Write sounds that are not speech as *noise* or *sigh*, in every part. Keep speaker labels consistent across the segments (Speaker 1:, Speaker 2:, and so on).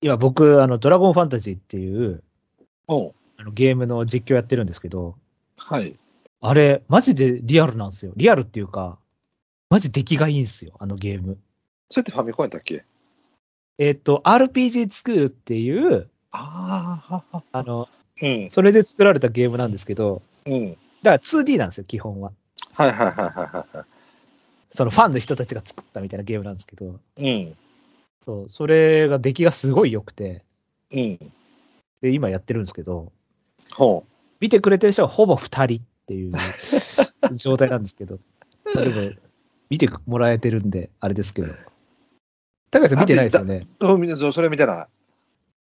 Speaker 1: 今僕、あの、ドラゴンファンタジーっていう
Speaker 2: おう
Speaker 1: あのゲームの実況やってるんですけど、
Speaker 2: はい。
Speaker 1: あれ、マジでリアルなんですよ。リアルっていうか、マジ出来がいいんですよ、あのゲーム。
Speaker 2: それってファミコンやったっけ
Speaker 1: えっ、と、RPG スクールっていう、
Speaker 2: ああ、はは
Speaker 1: あの、
Speaker 2: うん。
Speaker 1: それで作られたゲームなんですけど、
Speaker 2: うん。
Speaker 1: だから 2D なんですよ、基本は。
Speaker 2: はいはいはいはいは
Speaker 1: そのファンの人たちが作ったみたいなゲームなんですけど、
Speaker 2: い。
Speaker 1: そう、それが出来がすごい良くて、
Speaker 2: うん。うん。
Speaker 1: で、今やってるんですけど、
Speaker 2: ほ
Speaker 1: 見てくれてる人はほぼ2人っていう *laughs* 状態なんですけど、まあでも、見てもらえてるんで、あれですけど。高橋さん見てないですよね。
Speaker 2: う。うんみんな、そそれ見てな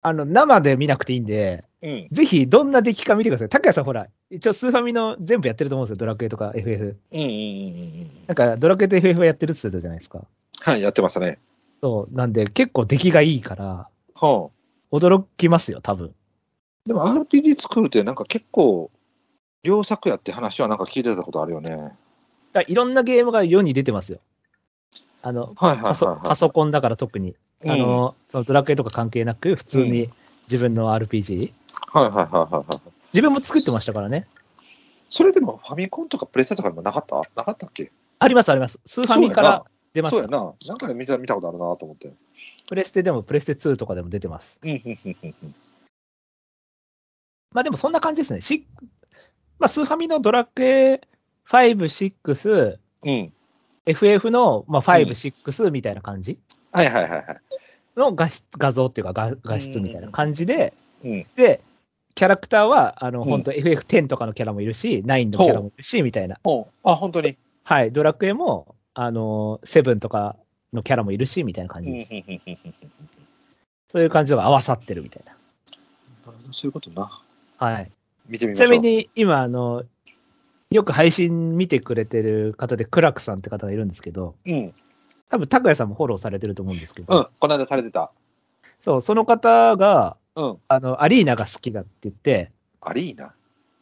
Speaker 1: あの、生で見なくていいんで、
Speaker 2: い。うん。
Speaker 1: ぜひどんな出来か見てください。高橋さんほら、一応スーファミの全部やってると思うんですよ。ドラクエとか FF。
Speaker 2: うんうんうんうんうん。
Speaker 1: なんか、ドラクエと FF はやってるって言ってたじゃないですか。
Speaker 2: はい、やってましたね。
Speaker 1: そう。なんで、結構出来がいいから、
Speaker 2: ほ
Speaker 1: 驚きますよ、多分。
Speaker 2: う。でも RPG 作るって、なんか結構、良作やって話はなんか聞いてたことあるよね。
Speaker 1: だからいろんなゲームが世に出てますよ。あの、
Speaker 2: はいはいはい、
Speaker 1: パソ
Speaker 2: はい。
Speaker 1: パソコンだから特に。
Speaker 2: うん
Speaker 1: あの、そのドラクエとか関係なく、普通に自分の RPG、
Speaker 2: はいはいはいはいはい。
Speaker 1: 自分も作ってましたからね。
Speaker 2: それでもファミコンとかプレステとかでもなかったなかったっけ
Speaker 1: ありますあります。スーファミから出ま
Speaker 2: そう
Speaker 1: し
Speaker 2: や
Speaker 1: た。
Speaker 2: な。なんかで見た見たことあるなと思って。
Speaker 1: プレステでもプレステ2とかでも出てます。
Speaker 2: うんうんうんうんうん。
Speaker 1: まあでもそんな感じですね。シッまあスーファミのドラクエ5、6、
Speaker 2: うん。
Speaker 1: FF の、まあ、
Speaker 2: うん
Speaker 1: 5、6みたいな感じ
Speaker 2: はいはいはいはい。
Speaker 1: の画質画像っていうか画画質みたいな感じで、
Speaker 2: うん
Speaker 1: で、キャラクターは、あの、
Speaker 2: うん
Speaker 1: 本当 FF10 とかのキャラもいるし、9のキャラもいるし、みたいな。
Speaker 2: おうあ、本当に。
Speaker 1: はい、ドラクエも、あの、7とかのキャラもいるし、みたいな感
Speaker 2: う
Speaker 1: じ
Speaker 2: んうん
Speaker 1: で
Speaker 2: うん
Speaker 1: す。
Speaker 2: うんうん
Speaker 1: そういう感じのが合わさってるみたいな。
Speaker 2: そういうことな。
Speaker 1: はい。
Speaker 2: 見てみま
Speaker 1: ち
Speaker 2: しょ
Speaker 1: なみ
Speaker 2: う。
Speaker 1: に、今、あの、よく配信見てくれてる方で、クラクさんって方がいるんですけど、
Speaker 2: うん。
Speaker 1: 多分、拓也さんもフォローされてると思うんですけど、
Speaker 2: うん。この間されてた。
Speaker 1: そう、その方が、
Speaker 2: うん。
Speaker 1: あの、アリーナが好きだって言って、
Speaker 2: アリーナ。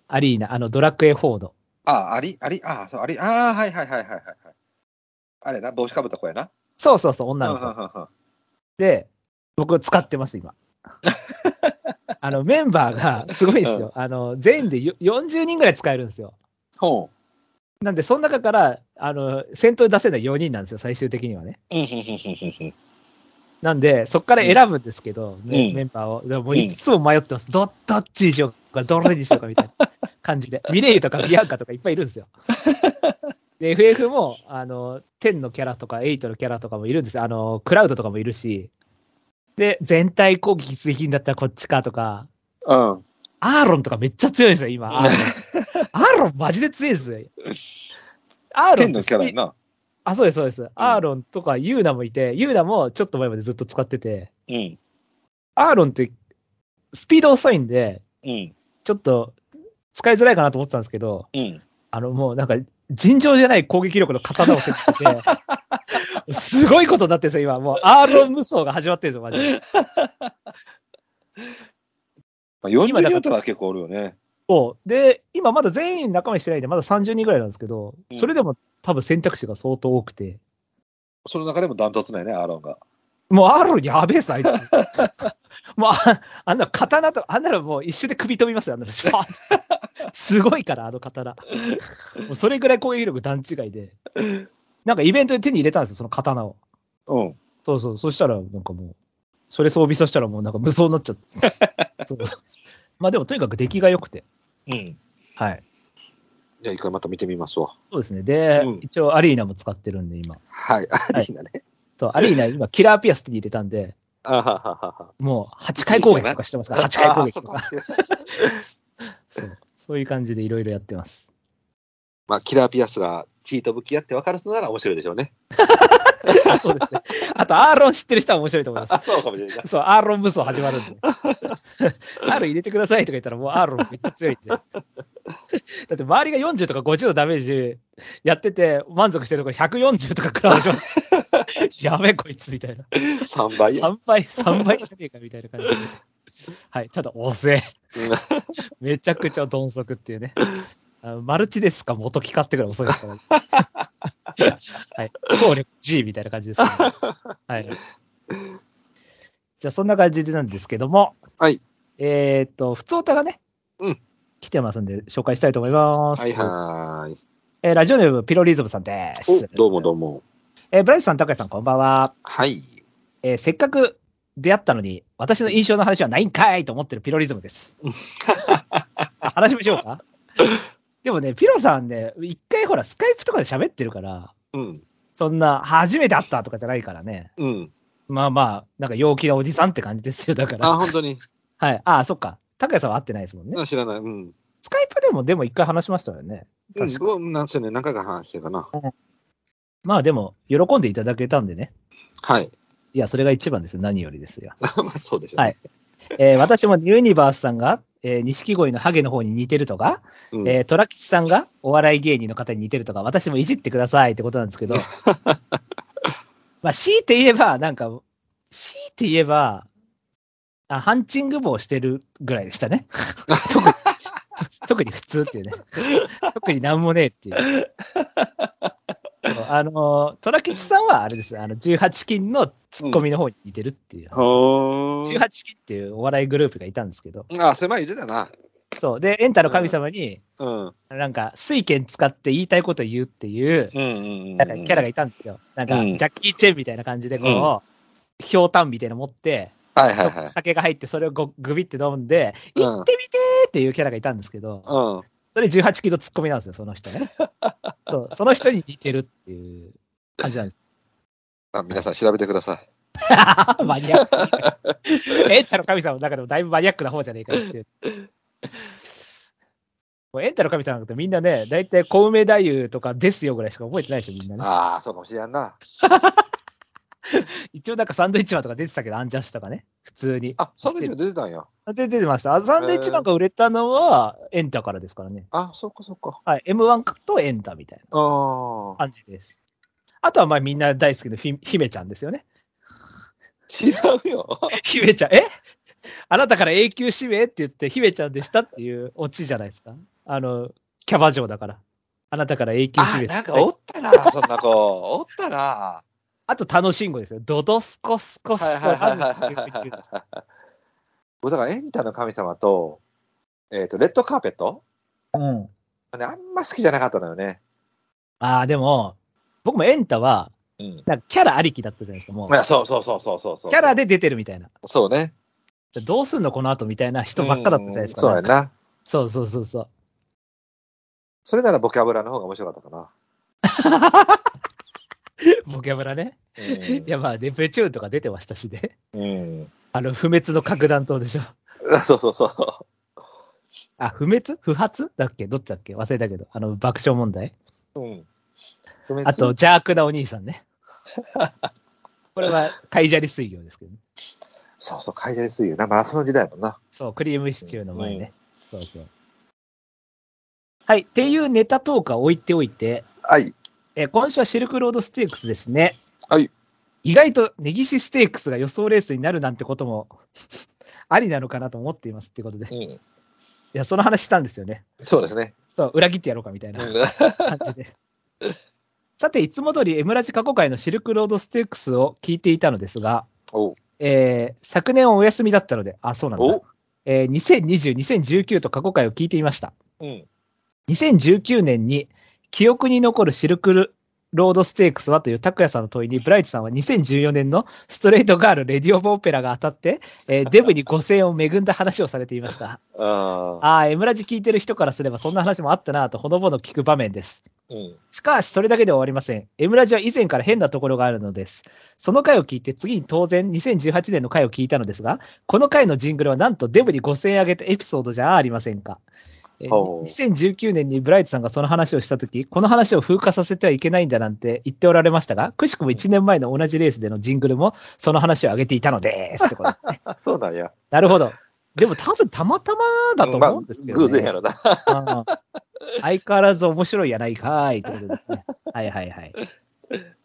Speaker 1: アリーナ、あの、ドラクエ4の。
Speaker 2: あ、アリ、アリ、あ、そう、アリ、あー、はいはいはいはいはいはい。あれな、帽子かぶった子やな。
Speaker 1: そうそうそう、女
Speaker 2: うん
Speaker 1: の
Speaker 2: うん
Speaker 1: 子。
Speaker 2: うんうん
Speaker 1: で、僕使ってます、
Speaker 2: *laughs*
Speaker 1: 今。あの、メンバーがすごいですよ。あの、全員でよ40人ぐらい使えるんですよ。
Speaker 2: ほ
Speaker 1: なんで、その中から、あの、先頭に出せるのは4人なんですよ、最終的にはね。
Speaker 2: う。うんうんうんうんうんうん。
Speaker 1: なんで、そこから選ぶんですけど、ね
Speaker 2: うん
Speaker 1: メンバーを。でもも
Speaker 2: う
Speaker 1: うんいつも迷ってます。ど、どっちにしようか、どれにしようかみたいな感 *laughs* じで。ミレイユとかビアンカとかいっぱいいるんです *laughs* よ。で、FF も、あの、10のキャラとか8のキャラとかもいるんですよ。あの、クラウドとかもいるし。で、全体攻撃できるんだったらこっちかとか、
Speaker 2: うん。
Speaker 1: アーロンとかめっちゃ強いんですよ、 *laughs* 今。アーロンアーロンマジで強い *laughs* ですよ。アーロン
Speaker 2: 天のキャラやな。
Speaker 1: あ、そうです、そうです。アーロンとかユーナもいて、ユーナもちょっと前までずっと使ってて。
Speaker 2: うん。
Speaker 1: アーロンって、スピード遅いんで、
Speaker 2: うん。
Speaker 1: ちょっと、使いづらいかなと思ってたんですけど、
Speaker 2: うん。
Speaker 1: あの、もうなんか、尋常じゃない攻撃力の刀を手に入れ
Speaker 2: *laughs*
Speaker 1: て、すごいことになってるんですよ、今。もう、アーロン無双が始まってるんですよ、マジで。
Speaker 2: まあ、40
Speaker 1: 今だから
Speaker 2: 人おったら結構おるよね。
Speaker 1: そうで、今まだ全員仲間にしてないんで、まだ30人ぐらいなんですけど、
Speaker 2: うん
Speaker 1: それでも多分選択肢が相当多くて、
Speaker 2: その中でもダントツなんやね、アーロンが。
Speaker 1: もうアーロンやべえっす、あいつ。 *laughs* もうあ、あんな刀と、あんなのもう一瞬で首飛びますよ、あんなの。シュワーッすごいから、あの刀。もうそれぐらい攻撃力段違いで。なんかイベントで手に入れたんですよ、その刀を。
Speaker 2: うん。
Speaker 1: そうそう、そしたら、なんかもう、それ装備させたらもうなんか無双になっちゃって。そうまあでも、とにかく出来が良くて。
Speaker 2: うん。
Speaker 1: はい。
Speaker 2: じゃあ一回また見てみますわ。
Speaker 1: そうですね。で、
Speaker 2: うん
Speaker 1: 一応アリーナも使ってるんで、今。
Speaker 2: はい、アリーナね。
Speaker 1: そう、アリーナ今、キラーピアス手に入れたんで、
Speaker 2: あはははは。
Speaker 1: もう8回攻撃とかしてますから、8回攻撃と
Speaker 2: あ
Speaker 1: か。
Speaker 2: ー。そうか
Speaker 1: そう、そういう感じでいろいろやってます。
Speaker 2: まあ、キラーピアスがチート向き合って分かる人なら面白いでしょうね。
Speaker 1: あ *laughs* そうですね。あと、アーロン知ってる人は面白いと思います。
Speaker 2: あ、そうかもしれ *laughs* ないな。
Speaker 1: そう、アーロン武装始まるん *laughs* で。アーロン入れてくださいとか言ったら、もうアーロンめっちゃ強いんで。だって周りが40とか50のダメージやってて、満足してるところ140とか食ら *laughs* わします。やべえ、こいつみたいな。
Speaker 2: 3倍や。
Speaker 1: 3倍、3倍じゃねえかみたいな感じで。はい、ただ、遅
Speaker 2: *laughs*
Speaker 1: え。めちゃくちゃ鈍足っていうね。あのマルチですか元木かってくらい遅いです
Speaker 2: *laughs*
Speaker 1: から、ね。はい。総力 G みたいな感じですけど、はい。じゃあそんな感じでなんですけども、
Speaker 2: はい。
Speaker 1: えーっと、普通歌がね、
Speaker 2: うん
Speaker 1: 来てますんで紹介したいと思います。
Speaker 2: はいはーい。
Speaker 1: えーラジオネームピロリズムさんです。
Speaker 2: お、どうもどうも。
Speaker 1: えーブライスさん、高橋さん、こんばんは。
Speaker 2: はい。
Speaker 1: えーせっかく出会ったのに、私の印象の話はないんかいと思ってるピロリズム
Speaker 2: *laughs*
Speaker 1: です。話しましょうか。でもね、ピロさんね、一回ほら、スカイプとかで喋ってるから、
Speaker 2: うん、
Speaker 1: そんな、初めて会ったとかじゃないからね。
Speaker 2: うん。
Speaker 1: まあまあ、なんか陽気なおじさんって感じですよ、だから。
Speaker 2: あ、本当に。
Speaker 1: はい。ああ、そっか。高谷さんは会ってないですもんね。
Speaker 2: あ知らない。うん。
Speaker 1: スカイプでも、でも一回話しましたよね。
Speaker 2: うん
Speaker 1: 確か、
Speaker 2: ごなんせね、何回か話してるかな。
Speaker 1: まあでも、喜んでいただけたんでね。
Speaker 2: はい。 *laughs*
Speaker 1: いや、それが一番ですよ。何よりですよ。
Speaker 2: まあ、そうでしょう、ね。
Speaker 1: はいえー私もユニバースさんが、えー、錦鯉のハゲの方に似てるとか、
Speaker 2: うん
Speaker 1: えー、トラキシさんがお笑い芸人の方に似てるとか、私もいじってくださいってことなんですけ
Speaker 2: *laughs*
Speaker 1: ど、まあ、強いて言えば、なんか、強いて言えば、あハンチング棒してるぐらいでした
Speaker 2: *laughs*
Speaker 1: ね。特に、と特に普通っていうね。特になんもねえっていう。そうあの、トラキチさんはあれです。あの、18金のツッコミの方に似てるっていう。
Speaker 2: ほー
Speaker 1: 18金っていうお笑いグループがいたんですけど、
Speaker 2: あ、狭い言ってたな。
Speaker 1: そう。で、エンタの神様に、
Speaker 2: うん。
Speaker 1: なんか、水拳使って言いたいこと言うっていう、
Speaker 2: うんうんうん。
Speaker 1: なんかキャラがいたんですよ。なんか、
Speaker 2: う
Speaker 1: ジ
Speaker 2: ん
Speaker 1: ャッキー・チェンみたいな感じで、こう、ひょうたんみたいなの持って、
Speaker 2: はいはいはい。
Speaker 1: 酒が入って、それをごグビって飲んで、
Speaker 2: うん
Speaker 1: 行ってみてーっていうキャラがいたんですけど、
Speaker 2: うん。
Speaker 1: それ18キロツッコミなんですよ、その
Speaker 2: *laughs*
Speaker 1: 人ね。そう、その人に似てるっていう感じなんです。
Speaker 2: あ皆さん調べてください。
Speaker 1: マニアックすぎ
Speaker 2: *laughs*
Speaker 1: るエンタの神様の中でもだいぶマニアックな方じゃねえかっていう。もうエンタの神様なんてみんなね、大体小梅太夫とかですよぐらいしか覚えてないでしょ、みんなね。
Speaker 2: ああ、そうかもしれんな。
Speaker 1: 一応なんかサンドイッチマンとか出てたけど、アンジャッシュとかね、普通に。
Speaker 2: あ、その時も出てたんや。
Speaker 1: あで出てました。あサンドイッチマンが売れたのは、エンタからですからね。
Speaker 2: あ、そうかそうか。
Speaker 1: はい、M1 とエンタみたいな
Speaker 2: ああ。
Speaker 1: 感じです。あとはまあみんな大好きなひ姫ちゃんですよ
Speaker 2: *laughs*
Speaker 1: ね。
Speaker 2: 違うよ。
Speaker 1: 姫ちゃん、えあなたから永久指名って言って、姫ちゃんでしたっていうオチじゃないですか。あの、キャバ嬢だから。あなたから永久指
Speaker 2: あ、
Speaker 1: 名
Speaker 2: なんかおったな、そんな子。おったな。
Speaker 1: あと、楽しんごですよ。ドドスコスコ
Speaker 2: はい
Speaker 1: スコ。
Speaker 2: はいはい
Speaker 1: あの
Speaker 2: はい
Speaker 1: 地球
Speaker 2: はい
Speaker 1: 的
Speaker 2: はい *laughs*
Speaker 1: にです
Speaker 2: 僕だからエンタの神様と、えっ、と、レッドカーペット、
Speaker 1: うん。
Speaker 2: ね、あんま好きじゃなかったのよね。
Speaker 1: ああ、でも、僕もエンタは、
Speaker 2: うん。
Speaker 1: なんかキャラありきだったじゃないですか、もう
Speaker 2: い。や、そうそうそうそうそうそう。
Speaker 1: キャラで出てるみたいな。
Speaker 2: そうね。
Speaker 1: どうすんのこの後みたいな人ばっかだったじゃないですか。
Speaker 2: うんそうや
Speaker 1: なんか
Speaker 2: な。
Speaker 1: そうそうそうそう。
Speaker 2: それならボキャブラの方が面白かったかな。
Speaker 1: ボキャブラね。
Speaker 2: うん
Speaker 1: いやまあ、デプチューンとか出てましたしね。
Speaker 2: うん。
Speaker 1: あの、不滅の核弾頭でしょ。
Speaker 2: そうそうそ
Speaker 1: あ、不滅不発だっけどっちだっけ忘れたけど。あの、爆笑問題。
Speaker 2: う。うん。不滅
Speaker 1: あと、、邪悪なお兄さんね。これは、カイジャリ水魚ですけどね。
Speaker 2: そうそう、海外水泳な、マラソンの時代もんな。
Speaker 1: そう、クリームシチューの前ね。そうそう。はい。っていうネタトークは置いておいて、
Speaker 2: はい。
Speaker 1: えー今週はシルクロードステークスですね。
Speaker 2: はい。
Speaker 1: 意外とネギシステークスが予想レースになるなんてことも *laughs* ありなのかなと思っていますってことで。い
Speaker 2: うん。
Speaker 1: や、その話したんですよね。
Speaker 2: そうですね。
Speaker 1: そう、裏切ってやろうかみたいな。感じで。さて、いつも通り M ラジ過去回のシルクロードステークスを聞いていたのですが、
Speaker 2: おう
Speaker 1: えー昨年はお休みだったので、あ、そうなんだ
Speaker 2: お。
Speaker 1: えー2020、2019と過去回を聞いていました。
Speaker 2: うん。
Speaker 1: 2019年に記憶に残るシルクロードステークスはという拓也さんの問いに、ブライトさんは2014年のストレートガールレディオボーペラが当たって、えーデブに5000円を恵んだ話をされていました。
Speaker 2: ああ。
Speaker 1: ああ、M ラジ聞いてる人からすればそんな話もあったなぁとほのぼの聞く場面です。
Speaker 2: うん。
Speaker 1: しかし、それだけでは終わりません。M ラジは以前から変なところがあるのです。その回を聞いて、次に当然2018年の回を聞いたのですが、この回のジングルはなんとデブに5000円あげたエピソードじゃありませんか。えー
Speaker 2: ほう
Speaker 1: 2019年にブライトさんがその話をしたとき、この話を風化させてはいけないんだなんて言っておられましたが、くしくも1年前の同じレースでのジングルもその話を上げていたのです。ってこと
Speaker 2: あ、 *laughs* そうなんや。
Speaker 1: なるほど。でも多分たまたまだと思うんですけど、ね
Speaker 2: まあ偶然やろな。
Speaker 1: ああ相変わらず面白いやないかーいってことですね。はいはいはい。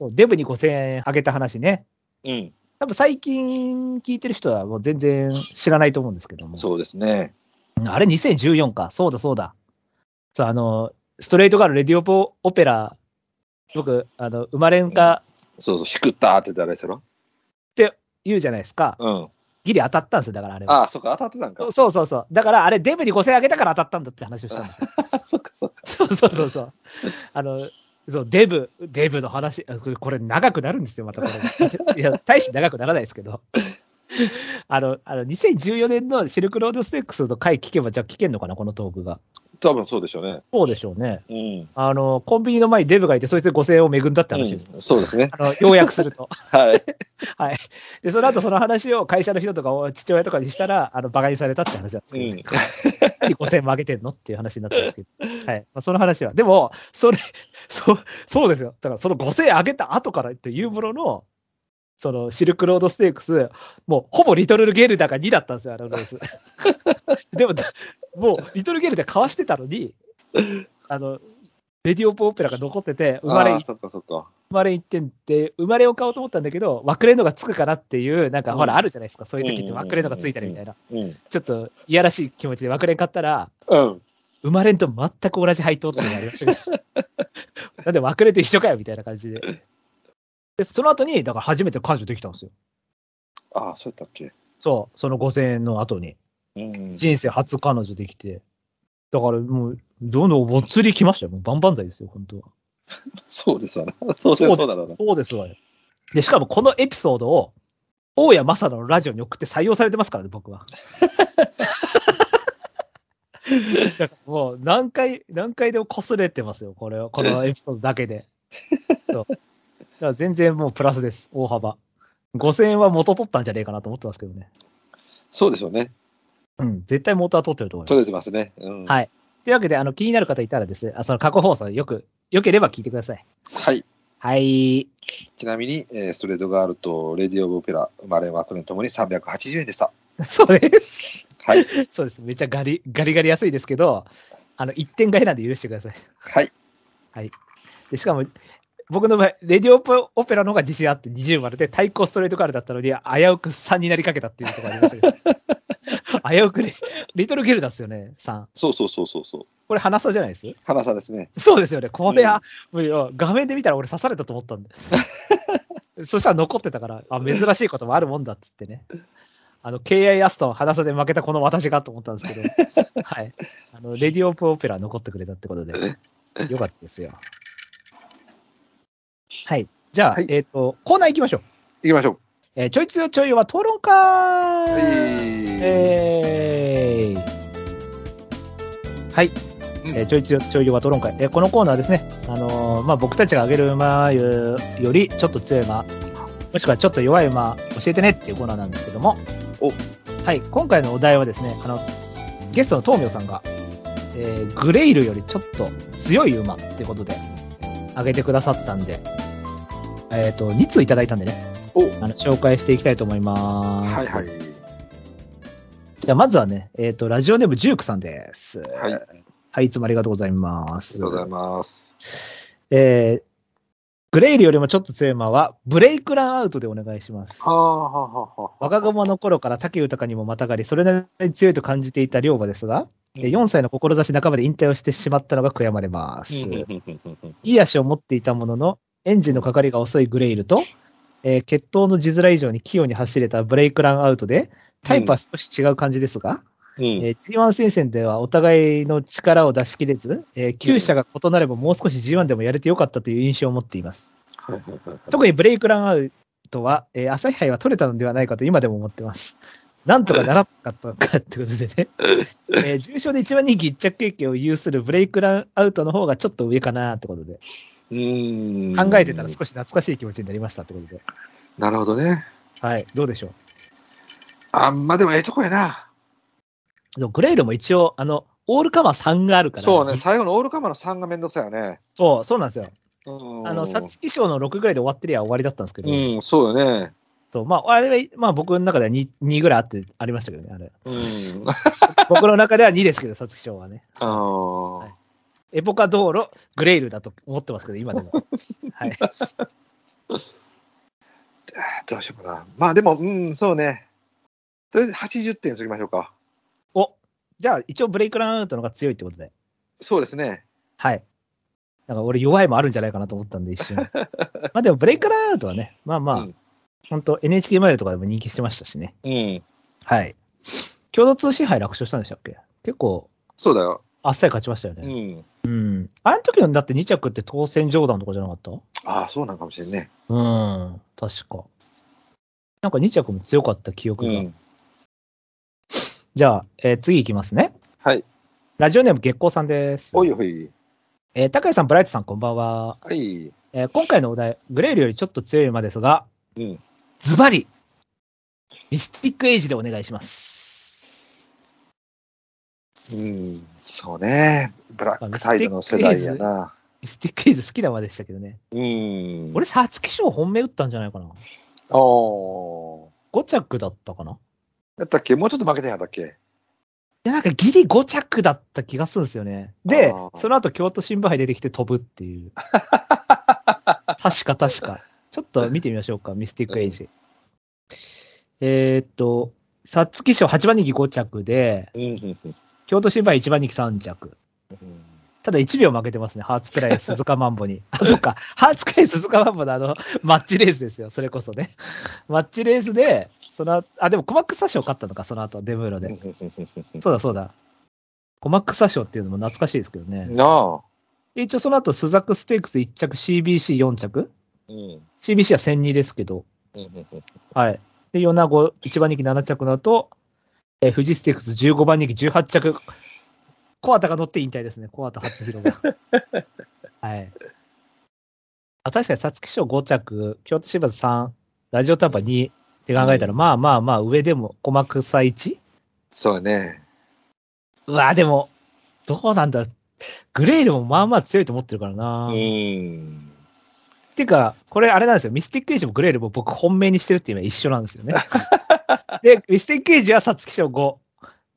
Speaker 1: そうデブに5000円あげた話ね。
Speaker 2: うん。
Speaker 1: 多分最近聞いてる人はもう全然知らないと思うんですけども。
Speaker 2: そうですね。
Speaker 1: あれ2014か。そうだそうだ。そう、あの、ストレートガールレディオポオペラ、僕、あの、生まれんか
Speaker 2: そうそう、しくったーって言ったらあれしたろ。
Speaker 1: 言うじゃないですか。
Speaker 2: うん。
Speaker 1: ギリ当たったんですよ、だからあれは。
Speaker 2: ああ、そっか、当たってたんか。
Speaker 1: そうそうそう。だからあれ、デブに5000円あげたから当たったんだって話をしたんですよ。
Speaker 2: そっか、そっか。
Speaker 1: そうそうそうそう。あの、そう、デブ、デブの話、あこれこれ長くなるんですよ、またこれ。いや、大して長くならないですけど。あの、あの、2014年のシルクロードステークスの回聞けば、じゃあ聞けんのかな、このトークが。
Speaker 2: 多分そうでしょうね。
Speaker 1: そうでしょうね。
Speaker 2: うん。
Speaker 1: あの、コンビニの前にデブがいて、そいつに5000円を恵んだって話です。
Speaker 2: うんそうですね。
Speaker 1: あの、要約すると。
Speaker 2: はい。
Speaker 1: はい。で、その後その話を会社の人とかお父親とかにしたら、あの、馬鹿にされたって話なんです
Speaker 2: う
Speaker 1: けど、
Speaker 2: ん。
Speaker 1: 何5000円も上げてんのっていう話になったんですけど、はい。まあ、その話は。でも、それ、 *laughs* そう、そうですよ。だから、その5000円上げた後からっていうものの、そのシルクロードステークス、もうほぼリトルゲルダが2だったんですよ、あのレース。でも、もうリトルゲルダかわしてたのに、あの、レディオポーペラが残ってて、 *laughs* 生まれ
Speaker 2: ああそっか、そっか。
Speaker 1: 生まれ1点って、生まれを買おうと思ったんだけど、枠れのがつくかなっていう、なんか
Speaker 2: うん
Speaker 1: ほら、あるじゃないですか、そういう時っ
Speaker 2: うん
Speaker 1: て
Speaker 2: うん
Speaker 1: 枠れのがついたりみたいな、
Speaker 2: うん。
Speaker 1: ちょっといやらしい気持ちで枠れ買ったら、
Speaker 2: うん。
Speaker 1: 生まれんと全く同じ配当っていうのがありましたけど、なんで枠れと一緒かよみたいな感じで。で、その後に、だから初めて解除できたんですよ。
Speaker 2: ああ、そうやったっけ。
Speaker 1: そう、その5000円の後に。
Speaker 2: うん。
Speaker 1: 人生初彼女できて。だからもう、どんどんぼっつり来ましたよ。もう万々歳ですよ、本当は。
Speaker 2: そうですわな。そうそうだろう
Speaker 1: で
Speaker 2: な
Speaker 1: す。そうですわよ。で、しかもこのエピソードを、大谷正野のラジオに送って採用されてますからね、僕は。だからもう何回、何回でも擦れてますよ、これを、このエピソードだけで。そうだから全然もうプラスです、大幅。5000円は元取ったんじゃねえかなと思ってますけどね。
Speaker 2: そうでしょうね。
Speaker 1: うん、絶対元は取ってると思います
Speaker 2: 取。れてますね。うん。
Speaker 1: はいというわけで、あの、気になる方いたらですね、あその過去放送よく、よければ聞いてください。
Speaker 2: はい。
Speaker 1: はい。
Speaker 2: ちなみに、えーストレートガールとレディオブオペラ、生まれ枠年ともに380円でした。
Speaker 1: そうです。
Speaker 2: はい。
Speaker 1: そうです。めっちゃガリガリガリ安いですけど、あの、1点買いなんで許してください。
Speaker 2: はい。
Speaker 1: でしかも、僕の場合、レディオポオペラの方が自信あって20までで、対抗ストレートカールだったのに、危うく3になりかけたっていうところありましたけど、危うくリリトルゲルダっすよね、3。
Speaker 2: そうそうそうそうそう。
Speaker 1: これ、花さじゃないです
Speaker 2: 花さですね。
Speaker 1: そうですよね。これは、もうよ画面で見たら俺刺されたと思った
Speaker 2: *laughs*
Speaker 1: んで。そしたら残ってたから、あ、珍しいこともあるもんだっつってね。あの、KI アストン、裸で負けたこの私がと思ったんですけ
Speaker 2: *laughs*
Speaker 1: ど、はい。あの、レディオープンオペラ残ってくれたってことで、よかったですよ。はい。じゃあ、
Speaker 2: はい
Speaker 1: えっ、と、コーナー行きましょう。
Speaker 2: 行きましょう。
Speaker 1: えーちょいつよちょいは討論会、
Speaker 2: え
Speaker 1: えーはい、
Speaker 2: うん
Speaker 1: えーちょいちょいちょい弱討論会、えーこのコーナーはですね、あのーまあ、僕たちが上げる馬よよりちょっと強い馬もしくはちょっと弱い馬教えてねっていうコーナーなんですけども
Speaker 2: お
Speaker 1: はい、今回のお題はですねあのゲストの東明さんが、えーグレイルよりちょっと強い馬っていうことで上げてくださったんで、えー、と2通いただいたんでね
Speaker 2: ー、お
Speaker 1: あの紹介していきたいと思います。
Speaker 2: はいはい。
Speaker 1: じゃあ、まずはね、えっ、と、ラジオネームジュークさんです。
Speaker 2: は。
Speaker 1: はい
Speaker 2: あり
Speaker 1: い。
Speaker 2: が
Speaker 1: い、つもありがとうございます。
Speaker 2: とうございます。
Speaker 1: えーグレイルよりもちょっと強い馬は、ブレイクランアウトでお願いします。
Speaker 2: はあはあはあはあ。
Speaker 1: 我が駒の頃から竹豊にもまたがり、それなりに強いと感じていた龍馬ですが、えー4歳の志半ばで引退をしてしまったのが悔やまれます。
Speaker 2: うん
Speaker 1: い
Speaker 2: うんうんうんうん
Speaker 1: い足を持っていたものの、エンジンのかかりが遅いグレイルと、えー血統の字面以上に器用に走れたブレイクランアウトで、タイプは少し違う感じですが、
Speaker 2: うん。
Speaker 1: えー G1 戦線ではお互いの力を出し切れず、えー厩舎が異なればもう少し G1 でもやれてよかったという印象を持っています。
Speaker 2: はいはいはいはい
Speaker 1: 特にブレイクランアウトは、えー朝日杯は取れたのではないかと今でも思ってます。なんとかならなかったのかってことで
Speaker 2: *laughs*
Speaker 1: ね。えー重賞で一番人気一着経験を有するブレイクランアウトの方がちょっと上かなってことで、
Speaker 2: うーん。
Speaker 1: 考えてたら少し懐かしい気持ちになりましたってことで。
Speaker 2: なるほどね。
Speaker 1: はい、どうでしょう。
Speaker 2: あんまあでもええとこやな。
Speaker 1: でもグレイルも一応、あの、オールカマー3があるから。
Speaker 2: そうね。最後のオールカマの3がめんどくさいよね。
Speaker 1: そう、そうなんですよ。
Speaker 2: うん
Speaker 1: あの、皐月賞の6ぐらいで終わってりゃ終わりだったんですけど、
Speaker 2: うん、そうよね。
Speaker 1: そう、まあ、あれは、まあ僕の中では 2, 2ぐらいあって、ありましたけどね、あれ。 *laughs*
Speaker 2: うん。
Speaker 1: 僕の中では2ですけど、皐 *laughs* 月賞はね。
Speaker 2: ああ、
Speaker 1: はいエポカ道路、グレイルだと思ってますけど、今で
Speaker 2: *laughs*
Speaker 1: も。はい。
Speaker 2: どうしようかな。まあでも、うん、そうね。とりあえず80点にしときましょうか。
Speaker 1: お、じゃあ一応ブレイクランアウトの方が強いってことで。
Speaker 2: そうですね。
Speaker 1: はい。
Speaker 2: *laughs*
Speaker 1: なんか俺弱いもあるんじゃないかなと思ったんで、一瞬。まあでもブレイクランアウトはね、まあまあ、
Speaker 2: うん
Speaker 1: 本当 NHK マイルとかでも人気してましたしね。
Speaker 2: うん。
Speaker 1: はい。共同通信杯楽勝したんでしたっけ結構、
Speaker 2: そうだよ。
Speaker 1: あっさり勝ちましたよ
Speaker 2: う
Speaker 1: ね。
Speaker 2: ん。
Speaker 1: うん。あの時の、だって2着って当選冗談とかじゃなかった
Speaker 2: ああ、そうなんかもしれんね。
Speaker 1: うん、確か。なんか2着も強かった記憶
Speaker 2: う
Speaker 1: が。
Speaker 2: ん。
Speaker 1: じゃあ、えー次いきますね。
Speaker 2: はい。
Speaker 1: ラジオネーム月光さんです。
Speaker 2: おいおい。
Speaker 1: えー高井さん、ブライトさん、こんばんは。
Speaker 2: はい。
Speaker 1: えー今回のお題、グレールよりちょっと強い馬ですが、
Speaker 2: うん
Speaker 1: ズバリミスティックエイジでお願いします。
Speaker 2: うん。そうね。ブラックサイドの世代やな。
Speaker 1: ミスティックエイジ好きな馬でしたけどね。
Speaker 2: うん。
Speaker 1: 俺、皐月賞本命打ったんじゃないかな。
Speaker 2: ああ。
Speaker 1: 5着だったかな。
Speaker 2: だったっけもうちょっと負けてんやったっけ
Speaker 1: で、なんかギリ5着だった気がするんですよね。で
Speaker 2: あー、
Speaker 1: その後京都新聞杯出てきて飛ぶって
Speaker 2: *laughs*
Speaker 1: いう。確か確か。ちょっと見てみましょうか、ミスティックエイジ。えーっと、皐月賞8番人気5着で、
Speaker 2: うんうんうん
Speaker 1: 京都新聞杯1番人気3着。
Speaker 2: うん。
Speaker 1: ただ1秒負けてますね、ハーツクライ、鈴鹿マンボ
Speaker 2: *laughs*
Speaker 1: に。あ、そっか、ハーツクライ、鈴鹿マンボのあの、マッチレースですよ、それこそね。マッチレースで、その後、あ、でも、コマックス賞勝ったのか、その後、デブーロで。そうだそうだ。コマックサ賞っていうのも懐かしいですけどね。
Speaker 2: なあ。
Speaker 1: 一応その後、スザクステークス1着、CBC4 着。
Speaker 2: うん。うん
Speaker 1: CBC は1002ですけど。
Speaker 2: うんうん
Speaker 1: はい。で、米子1番人気7着の後、えー、富士ステークス15番人気18着。コアタが乗って引退ですね。コアタ初披露
Speaker 2: *laughs*
Speaker 1: が。はい。あ確かに、皐月賞5着、京都市バス3、ラジオタンパ2って考えたら、
Speaker 2: うん
Speaker 1: まあまあまあ、上でも、コマクサ 1?
Speaker 2: そうやね。
Speaker 1: うわ、でも、どうなんだ。グレイルもまあまあ強いと思ってるから
Speaker 2: う
Speaker 1: な。
Speaker 2: ん。
Speaker 1: てか、これあれなんですよ。ミスティックエイジもグレイルも僕本命にしてるっていうのは一緒なんですよ
Speaker 2: *laughs*
Speaker 1: ね。で、ミスティックエイジは皐月賞5。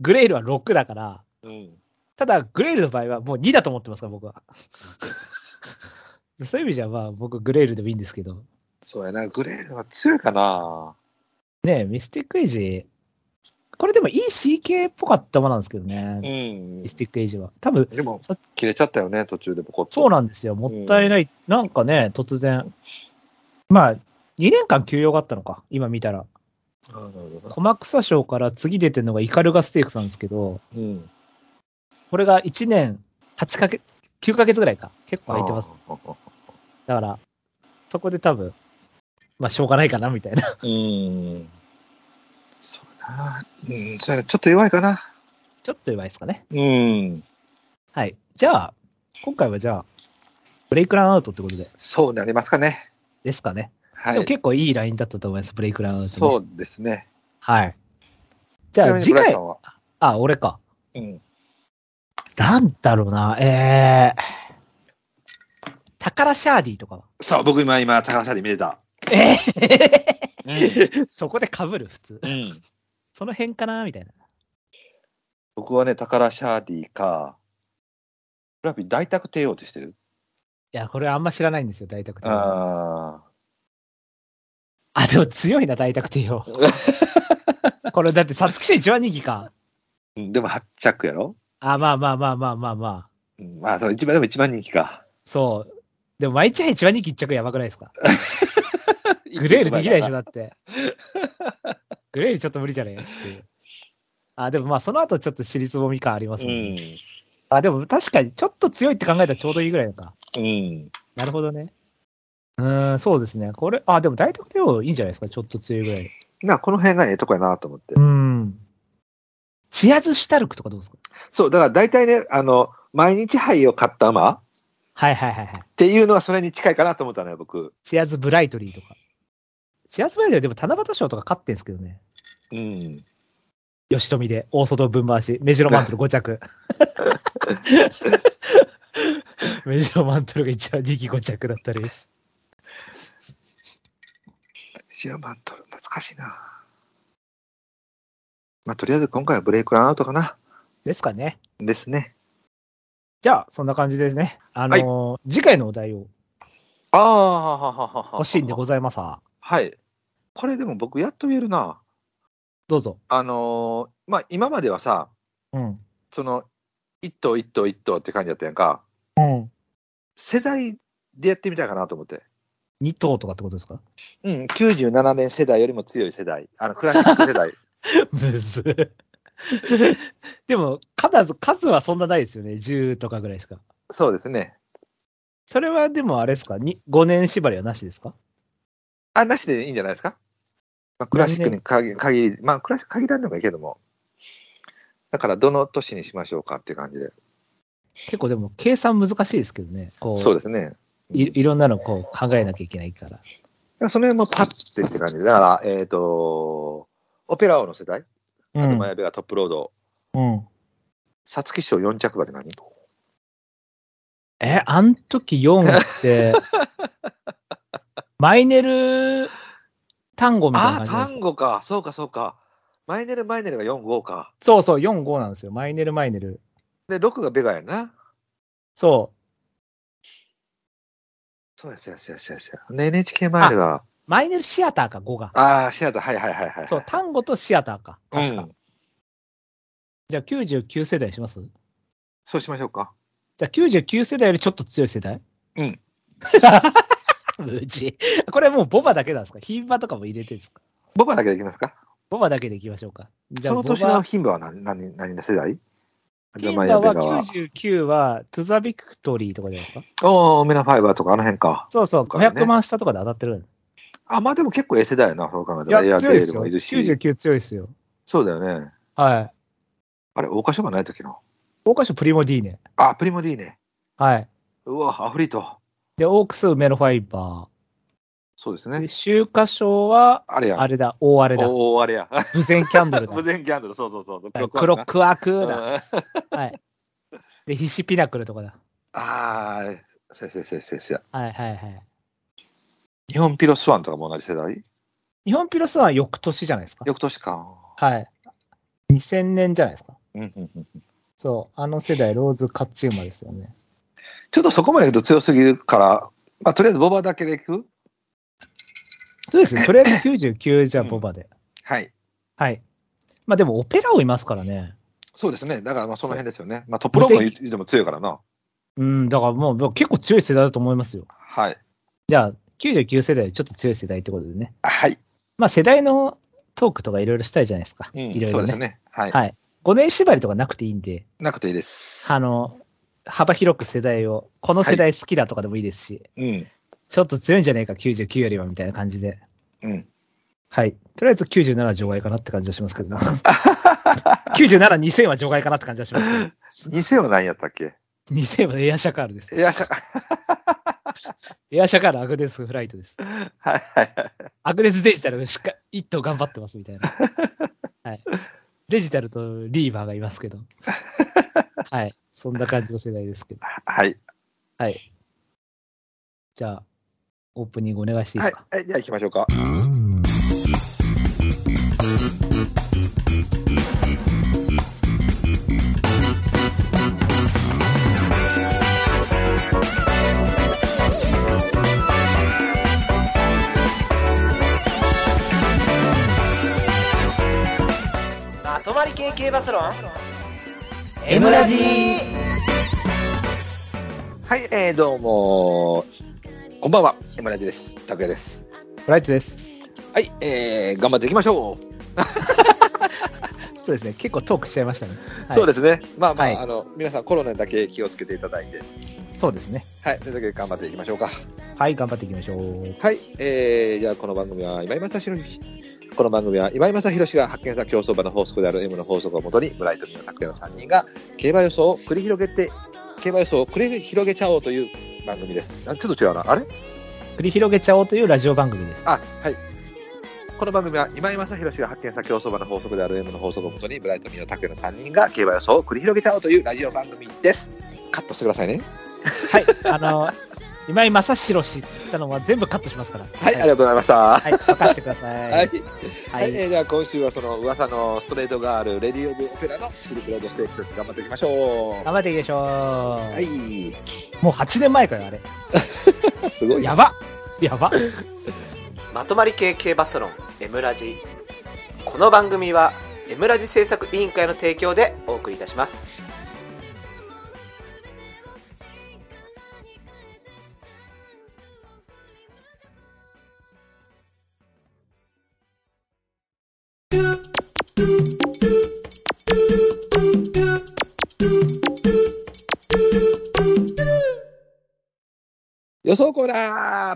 Speaker 1: グレイルは6だから、
Speaker 2: うん。
Speaker 1: ただグレイルの場合はもう2だと思ってますから、僕
Speaker 2: *laughs*
Speaker 1: は。そういう意味じゃまあ僕グレイルでもいいんですけど。
Speaker 2: そうやな。グレードが強いかな。
Speaker 1: ねえミスティックエイジ、これでもいい CK っぽかったものなんですけど
Speaker 2: う
Speaker 1: ね。
Speaker 2: ん
Speaker 1: ミ。スティックエイジは。多分、
Speaker 2: でも
Speaker 1: さ、
Speaker 2: 切れちゃったよね、途中でボコッと。
Speaker 1: そうなんですよ。もったいない。なんかね、突然。まあ、2年間休養があったのか、今見たら。
Speaker 2: あなるほどな
Speaker 1: 駒草賞から次出てるのがイカルガステークスなんですけど、
Speaker 2: うん。
Speaker 1: これが1年8か月、9ヶ月ぐらいか。結構空いてます。
Speaker 2: あー。
Speaker 1: だから、そこで多分、まあ、しょうがないかな、みたいな。 *laughs*
Speaker 2: うん。そうやな。うん。そうやね。ちょっと弱いかな。
Speaker 1: ちょっと弱いですかね。
Speaker 2: うん。
Speaker 1: はい。じゃあ、今回はじゃあ、ブレイクランアウトってことで、
Speaker 2: そうなりますかね。
Speaker 1: ですかね。
Speaker 2: は
Speaker 1: でも
Speaker 2: い。
Speaker 1: 結構いいラインだったと思います、ブレイクランアウト、ね。。
Speaker 2: そううですね。
Speaker 1: はい。じゃあ、
Speaker 2: ち
Speaker 1: 次
Speaker 2: なみ
Speaker 1: 回
Speaker 2: にブライさ、んは。
Speaker 1: あ、俺か。
Speaker 2: うん。
Speaker 1: なんだろうな、えー、タカラシャーディとかは。
Speaker 2: そう、僕今、今、高橋さんに見れた。
Speaker 1: え
Speaker 2: うん。
Speaker 1: ー、 *laughs* そこで被る、普通。
Speaker 2: うん。
Speaker 1: その辺かな、みたいな。
Speaker 2: 僕はね、宝シャーディーか、フラピー大宅帝王ってしてる
Speaker 1: いや、これあんま知らないんですよ、大宅帝王。
Speaker 2: あ
Speaker 1: あ、でも強いな、大宅帝 *laughs* 王。これだって、皐月賞一番人気か。
Speaker 2: あ。でも8着やろ
Speaker 1: あ、まあまあまあまあまあまあ。
Speaker 2: うんまあ、そう、一番でも一番人気か。
Speaker 1: そう。でも、毎日一番人気一着やばくないですか。グレールできないでしょ、だ *laughs* って。グレールちょっと無理じゃねえっていう。あ、でもまあ、その後ちょっと尻つぼみ感あります
Speaker 2: う
Speaker 1: もんね。
Speaker 2: ん。
Speaker 1: あ、でも確かに、ちょっと強いって考えたらちょうどいいぐらいのか。
Speaker 2: うん。
Speaker 1: なるほどね。うーん、そうですね。これ、あ、でも大特帝王いいんじゃないですか。ちょっと強いぐらい。
Speaker 2: な、この辺がええとこやなと思って
Speaker 1: う。ん。チアズ・シュタルクとかどうですか
Speaker 2: そう、だから大体ね、あの、毎日杯を買った馬っ
Speaker 1: はいはいはいはい。
Speaker 2: ていうのはそれに近いかなと思ったのよ、僕。
Speaker 1: チアズ・ブライトリーとか。チアズ・ブライトリーはでも七夕賞とか勝ってんすけどね。
Speaker 2: うん。
Speaker 1: 吉富で、大外分回し、メジロマントル5着。 *laughs* メジロマントルが一番人気5着だったです。
Speaker 2: シアマントル、懐かしいな。まあ、とりあえず今回はブレイクランアウトかな。
Speaker 1: ですかね。
Speaker 2: ですね。
Speaker 1: じゃあ、そんな感じですね。あのー次回のお題を
Speaker 2: ああ、
Speaker 1: 欲しいんでございますわ
Speaker 2: はい。これでも僕やっと言えるな。
Speaker 1: どうぞ。
Speaker 2: あのーまあ今まではさ、
Speaker 1: うん。
Speaker 2: その一頭一頭一頭って感じだったやんか。
Speaker 1: うん。
Speaker 2: 世代でやってみたいかなと思って。
Speaker 1: 2頭とかってことですか
Speaker 2: うん、97年世代よりも強い世代。あの、クラシック世 *laughs* 代。
Speaker 1: むず。 *laughs* でも数、数はそんなないですよね。10とかぐらいしか。
Speaker 2: そうですね。
Speaker 1: それはでもあれですかに ?5 年縛りはなしですか
Speaker 2: あ、なしでいいんじゃないですか。まあ、クラシックに限限り、まあ、クラシック限らんでもいいけども。だから、どの年にしましょうかっていう感じで。
Speaker 1: 結構でも計算難しいですけどね。こう
Speaker 2: そうですね。
Speaker 1: いいろんなのこう考えなきゃいけないから。
Speaker 2: だからその辺もパッてって感じで。だから、えっ、と、オペラ王の世代、
Speaker 1: う
Speaker 2: 前
Speaker 1: ん。
Speaker 2: 部はトップロード、
Speaker 1: うん、
Speaker 2: 皐月賞4着馬で何
Speaker 1: え、あん時4って、
Speaker 2: *laughs*
Speaker 1: マイネル単語みたい
Speaker 2: あ
Speaker 1: な感
Speaker 2: あ、
Speaker 1: じなんです
Speaker 2: 単
Speaker 1: よ。
Speaker 2: 語か。そうか、そうか。マイネル、マイネルが4、5か。
Speaker 1: そうそう、4、5なんですよ。マイネル、マイネル。
Speaker 2: で、6がベガやな。
Speaker 1: そう。
Speaker 2: そうや、そうや、そうや、そうやそうや。で NHK マイルが、
Speaker 1: マイネルシアターか、5が。
Speaker 2: ああー、シアター、はいはいはいはい。
Speaker 1: そう、単語とシアターか。確か。
Speaker 2: うん
Speaker 1: じゃあ99世代にしますじ
Speaker 2: そうしましょうか。
Speaker 1: ゃあ99世代よりちょっと強い世代
Speaker 2: うん。
Speaker 1: *laughs* 無事。これもうボバだけなんですかヒンバとかも入れてるんですか
Speaker 2: ボバだけでいきますか
Speaker 1: ボバだけでいきましょうか。じゃあ
Speaker 2: その年の牝馬は何何何の世代
Speaker 1: キン
Speaker 2: マイ
Speaker 1: バ
Speaker 2: アベ
Speaker 1: は
Speaker 2: ガは
Speaker 1: 99は、トゥザビクトリーとかじゃないですか
Speaker 2: おお、メナファイバーとかあの辺か。
Speaker 1: そうそう、
Speaker 2: そうだね
Speaker 1: 500万下とかで当たってる。
Speaker 2: あ、まあでも結構 A 世代やな、そう考え
Speaker 1: い
Speaker 2: た
Speaker 1: や
Speaker 2: ら。、
Speaker 1: 強いです
Speaker 2: ル
Speaker 1: よ。
Speaker 2: もいるし。
Speaker 1: 99強いですよ。
Speaker 2: そうだよね。
Speaker 1: はい。
Speaker 2: あれ、桜花賞がない時の。
Speaker 1: 桜花賞プリモディーネ。
Speaker 2: あ、プリモディーネ。
Speaker 1: はい。
Speaker 2: うわ、アフリート。
Speaker 1: で、オークス、メロファイバ
Speaker 2: そうです
Speaker 1: ー。で、
Speaker 2: ね。
Speaker 1: 秋華賞は、
Speaker 2: あれや。
Speaker 1: あれだ、大あれだ。
Speaker 2: おお、あれや。
Speaker 1: 無前キャンドル
Speaker 2: *laughs*
Speaker 1: だ
Speaker 2: 無。前キャンドル、そうそうそう。
Speaker 1: はい
Speaker 2: ク
Speaker 1: 黒
Speaker 2: ロック
Speaker 1: クワク
Speaker 2: ワー
Speaker 1: だ。
Speaker 2: な。うん
Speaker 1: はい。で、ヒシピナクルとかだ。
Speaker 2: ああ、せやせやせやせやせや。
Speaker 1: はいはいはい。
Speaker 2: 日本ピロスワンとかも同じ世代
Speaker 1: 日本ピロスは翌年じゃないですか。
Speaker 2: 翌年か。
Speaker 1: はい。2000年じゃないですか。
Speaker 2: うんうんうん
Speaker 1: そう。あの世代、ローズ・カッチウマですよね。
Speaker 2: ちょっとそこまで行くと強すぎるから、まあ、とりあえずボバだけでいく
Speaker 1: そうです *laughs* ね。とりあえず99じゃあ
Speaker 2: うん
Speaker 1: ボバで。
Speaker 2: はい。
Speaker 1: はい。まあでも、オペラをいますからね。
Speaker 2: そうですね。だからまあその辺ですよね。まあトップローも言っても強いからな。
Speaker 1: うん、だからもうもう結構強い世代だと思いますよ。
Speaker 2: はい。
Speaker 1: じゃあ、99世代よりちょっと強い世代ってことでね。
Speaker 2: はい。
Speaker 1: まあ、世代のトークとかいろいろしたいじゃないですか。
Speaker 2: うん
Speaker 1: いろい
Speaker 2: そう
Speaker 1: ろ
Speaker 2: です
Speaker 1: ね。
Speaker 2: ね。はい。
Speaker 1: はい。5年縛りとかなくていいんで。
Speaker 2: なくていいです。
Speaker 1: あの、幅広く世代を、この世代好きだとかでもいいですし、
Speaker 2: うん。
Speaker 1: ちょっと強いんじゃねえか、99よりはみたいな感じで。
Speaker 2: うん。
Speaker 1: はい。とりあえず97は除外かなって感じはしますけどな。97、2000は除外かなって感じはしますけど。
Speaker 2: 2000は何やったっけ
Speaker 1: 2000はエアシャカールです。
Speaker 2: いや、しゃ *laughs*
Speaker 1: エアシャカールアグネスフライトです。
Speaker 2: はいはいはい。
Speaker 1: アグネスデジタルがしっかり一頭頑張ってますみたいな。はい。デジタルとリーバーがいますけど。はい。そんな感じの世代ですけど。
Speaker 2: はい。
Speaker 1: はい。じゃあ、オープニングお願いしていいです
Speaker 2: はい
Speaker 1: か。。
Speaker 2: はいじゃあ行きましょうか。
Speaker 1: まとまり系系バスロン
Speaker 2: M ラジはい、えー、どうも。こんばんは。エムラジです。拓也です。
Speaker 1: フライトです
Speaker 2: はい、えー、頑張っていきましょう。
Speaker 1: そうですね結構トークしちゃいましたね、はい、
Speaker 2: そうですね。まあまあ、
Speaker 1: はい
Speaker 2: あの、皆さんコロナにだけ気をつけていただいて、
Speaker 1: そうですね
Speaker 2: はい、それだけ頑張っていきましょうか。
Speaker 1: はい頑張っていきましょう
Speaker 2: はい、えー、じゃあこの番組は今井正弘この番組は今井正弘が発見した競走馬の法則である M の法則をもとにブライトニーの拓也の3人が競馬予想を繰り広げて競馬予想を繰り広げちゃおうという番組ですあちょっと違うなあれ
Speaker 1: 繰り広げちゃおうというラジオ番組です
Speaker 2: あはいこの番組は今井正弘が発見した競走馬の法則である M の法則をもとにブライトニーの拓也の3人が競馬予想を繰り広げちゃおうというラジオ番組ですカットしてくださいね
Speaker 1: はいあの今井正弘氏って言ったのは全部カットしますから
Speaker 2: はい、あ
Speaker 1: はい
Speaker 2: りがとうございましたは
Speaker 1: はい任せてください
Speaker 2: い、はい、えーでは今週はその噂のストレートガール、レディオブオペラのシルクロードステーキと頑張っていきましょう。
Speaker 1: 頑張っていきましょう、
Speaker 2: はい、
Speaker 1: もう8年前からあれ
Speaker 2: すごい。
Speaker 1: やばやば *laughs* まとまり系系バスロン M ラジこの番組は M ラジ制作委員会の提供でお送りいたします
Speaker 2: 予想コーナー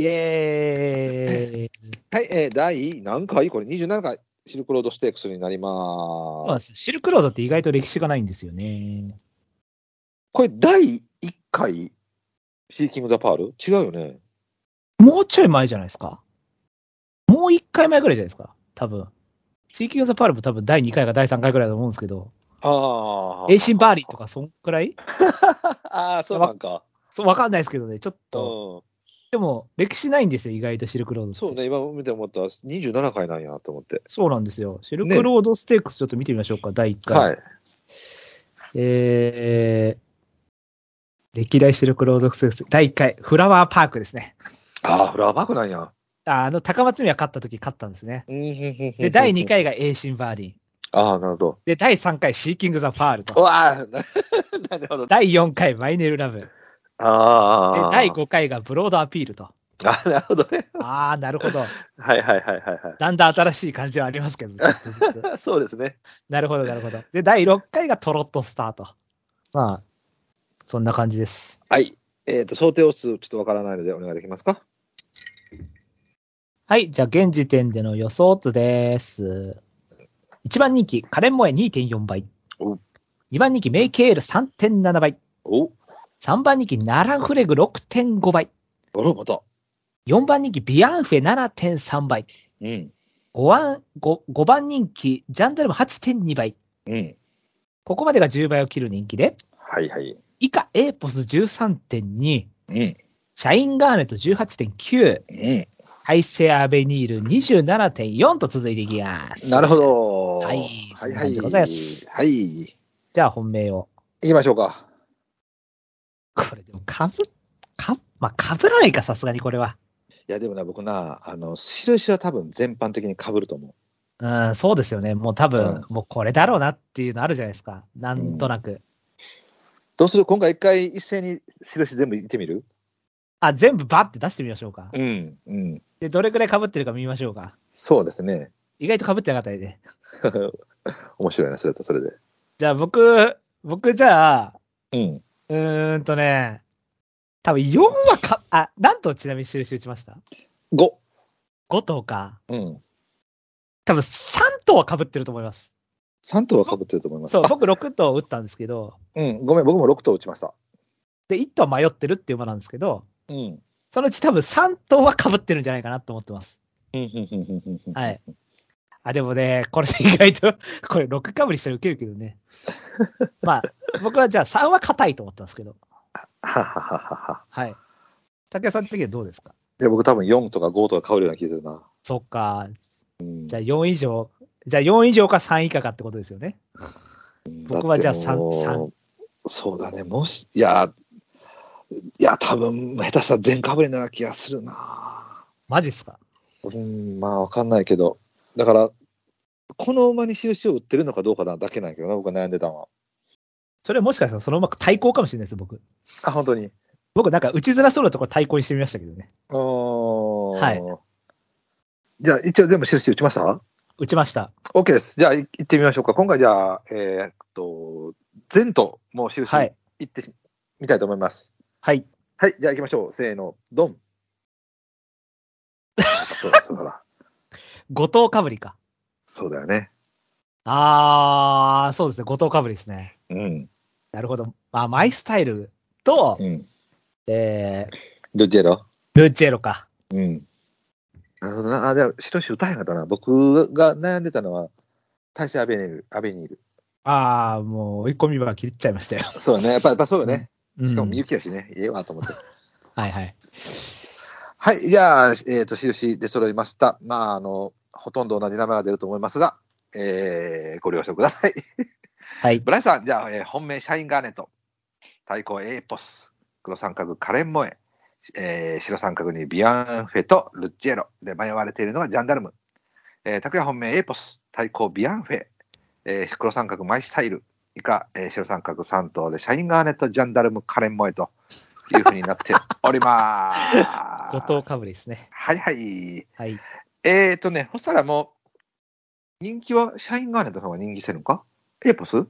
Speaker 1: イエー
Speaker 2: *laughs*
Speaker 1: イ。
Speaker 2: はい、えー、第何回これ ?27 回、シルクロードステークスになり
Speaker 1: そうなん
Speaker 2: ま。
Speaker 1: ですすよシルクロードって意外と歴史がないんですよね。
Speaker 2: これ、第1回、シーキング・ザ・パール違うよね。
Speaker 1: もうちょい前じゃないですか。もう1回前ぐらいじゃないですか。多分。シーキング・ザ・パールも多分第2回か第3回ぐらいだと思うんですけど、
Speaker 2: あ
Speaker 1: エイシン・バーリーとかそんくらい
Speaker 2: ああ、そうなんか。
Speaker 1: そうわかんないですけどね、ちょっ
Speaker 2: う
Speaker 1: と。でも、歴史ないんですよ、意外とシルクロードっ
Speaker 2: ん、
Speaker 1: て
Speaker 2: そう。ね、今見て思ったら27回なんやと思って。
Speaker 1: そうなんですよ。シルクロードステークスちょっと見てみましょうか、第1回。
Speaker 2: はい。
Speaker 1: えー、歴代シルクロードステークス、第1回、フラワーパークですね。
Speaker 2: ああ、フラワーバックなんや。
Speaker 1: ああの、高松宮勝った時勝ったんですね。
Speaker 2: で
Speaker 1: で、第2。回がエイシン・バーリン。
Speaker 2: ああ、なるほど。
Speaker 1: で、第3回、シーキング・ザ・パール
Speaker 2: う
Speaker 1: と。
Speaker 2: わあ、な *laughs* なるほど。
Speaker 1: *laughs* 第4回、マイネル・ラブ。で、
Speaker 2: ああ。
Speaker 1: 第5回がブロード・アピールと。
Speaker 2: *laughs* あなるほどね。
Speaker 1: あー、なるほど。
Speaker 2: はいはいはいはいはい。
Speaker 1: だんだん新しい感じはありますけど。
Speaker 2: そうですね。
Speaker 1: *laughs* なるほど、なるほど。で、第6回がトロット・スターと。まあ、そんな感じです。
Speaker 2: はい。えっ、と、想定を数、ちょっとわからないのでお願いできますか。
Speaker 1: はい、じゃあ、現時点での予想図です。1番人気、カレンモエ2.4倍
Speaker 2: お。
Speaker 1: 2番人気、メイケール3.7倍。
Speaker 2: お
Speaker 1: 3番人気、ナランフレグ6.5倍。
Speaker 2: あら、また。
Speaker 1: 4番人気、ビアンフェ7.3倍。
Speaker 2: うん。
Speaker 1: 5番 ,5 番人気、ジャンダルム8.2倍。
Speaker 2: うん。
Speaker 1: ここまでが10倍を切る人気で、
Speaker 2: はいはい。
Speaker 1: 以下、エーポス13.2、
Speaker 2: うん。
Speaker 1: シャインガーネット18.9、
Speaker 2: うん。
Speaker 1: ハイセアベニール27.4と続いていきます。
Speaker 2: なるほど。
Speaker 1: はいそ
Speaker 2: は
Speaker 1: ん
Speaker 2: い
Speaker 1: な
Speaker 2: は
Speaker 1: 感
Speaker 2: い。
Speaker 1: じでございます
Speaker 2: はい。行
Speaker 1: じゃあ本命を。
Speaker 2: きましょうか。
Speaker 1: これでもかぶ、か、まあ、かぶらないか、さすがにこれは。
Speaker 2: いや、でもな、僕な、あの、印は多分全般的に被ると思う。
Speaker 1: うん、そうですよね。もう多分、もうこれだろうなっていうのあるじゃないですか。なんとなく。
Speaker 2: どうする今回一回一斉に印全部言ってみる
Speaker 1: あ、全部バッて出してみましょうか。
Speaker 2: うん。うん。
Speaker 1: で、どれくらいかぶってるか見ましょうか。
Speaker 2: そうですね。
Speaker 1: 意外とかぶってなかったよね。
Speaker 2: 面白いな、それとそれで。
Speaker 1: じゃあ僕、僕じゃあ、
Speaker 2: うん。
Speaker 1: うーんとね、多分4はか、あ、なんとちなみに印打ちました
Speaker 2: 5。
Speaker 1: ?5 頭か。
Speaker 2: うん。
Speaker 1: 多分3頭は被ってると思います。
Speaker 2: 3頭は被ってると思います。
Speaker 1: そう、
Speaker 2: あ
Speaker 1: 僕6頭打ったんですけど、
Speaker 2: うん。ごめん、僕も6頭打ちました。
Speaker 1: で、1頭迷ってるっていう馬なんですけど、
Speaker 2: うん。
Speaker 1: そのうち多分3頭は被ってるんじゃないかなと思ってます。
Speaker 2: うんうんうんうんうんうん
Speaker 1: はい。あ、でもね、これで意外と、 *laughs* これ6かぶりしたらウケるけどね。まあ、僕はじゃあ3は硬いと思ってますけど、
Speaker 2: ははははは。
Speaker 1: はい。竹谷さん的にはどうですか
Speaker 2: で、僕多分4とか5とか被るような気がするな。
Speaker 1: そっか、
Speaker 2: うん
Speaker 1: じゃあ4以上、じゃあ4以上か3以下かってことですよね。僕はじゃあ
Speaker 2: だってもう
Speaker 1: 三三
Speaker 2: そうだね、もし、いや、いや、多分下手したら全かぶりな気がするな。
Speaker 1: マジっすか
Speaker 2: うん、まあ、わかんないけど、だから、この馬に印を打ってるのかどうかなだけなんやけどな、僕は悩んでたのは。
Speaker 1: それもしかしたらそのうまく対抗かもしれないです、僕。
Speaker 2: あ、本当に。
Speaker 1: 僕なんか打ちづらそうなところ対抗にしてみましたけどね。は。
Speaker 2: はいじゃあ、一応全部印打ちました
Speaker 1: 打ちました。
Speaker 2: ?OK です。じゃあ、い行ってみましょうか。今回、じゃあ、えーっと、全ともう印
Speaker 1: は
Speaker 2: 行
Speaker 1: い。
Speaker 2: ってしみたいと思います。
Speaker 1: はい。
Speaker 2: はい、じゃあ行きましょう。せーの、ドン。そうそうほら、
Speaker 1: 五等かぶりか。
Speaker 2: *laughs* そうだよね。
Speaker 1: あー、そうですね。五等かぶりですね。
Speaker 2: うん。
Speaker 1: なるほど。まあ、マイスタイルと、
Speaker 2: うん。
Speaker 1: えー、
Speaker 2: どっちやろ
Speaker 1: ルチェロか。
Speaker 2: うん。なるほどな。あ、じゃあ、白石歌えなかったな。僕が悩んでたのは、大勢アベニール。アベニール。
Speaker 1: あー、もう追い込み場切っちゃいましたよ。
Speaker 2: そうだね。やっぱ、やっぱそうよね。
Speaker 1: うん
Speaker 2: しかも、みゆきやしね。ええわ、と思って。
Speaker 1: はいはい。
Speaker 2: はい、じゃあ、えっ、と、印で揃いました。まあ、あの、ほとんど同じ名前が出ると思いますが、えー、ご了承ください。 *laughs*
Speaker 1: はい。
Speaker 2: ブライさん、じゃあ、えー本命シャインガーネット、対抗エーポス、黒三角カレンモエ、えー白三角にビアンフェとルッチェロで迷われているのがジャンダルム、えー、拓也本命エーポス、対抗ビアンフェ、えー黒三角マイスタイル以下、えー白三角3頭でシャインガーネット、ジャンダルム、カレンモエというふうになっております。
Speaker 1: 五等かぶりですね。
Speaker 2: はいはい。
Speaker 1: はい。
Speaker 2: えーとね、そしたらも人気は、シャインガーネットさんは人気してるのかエポス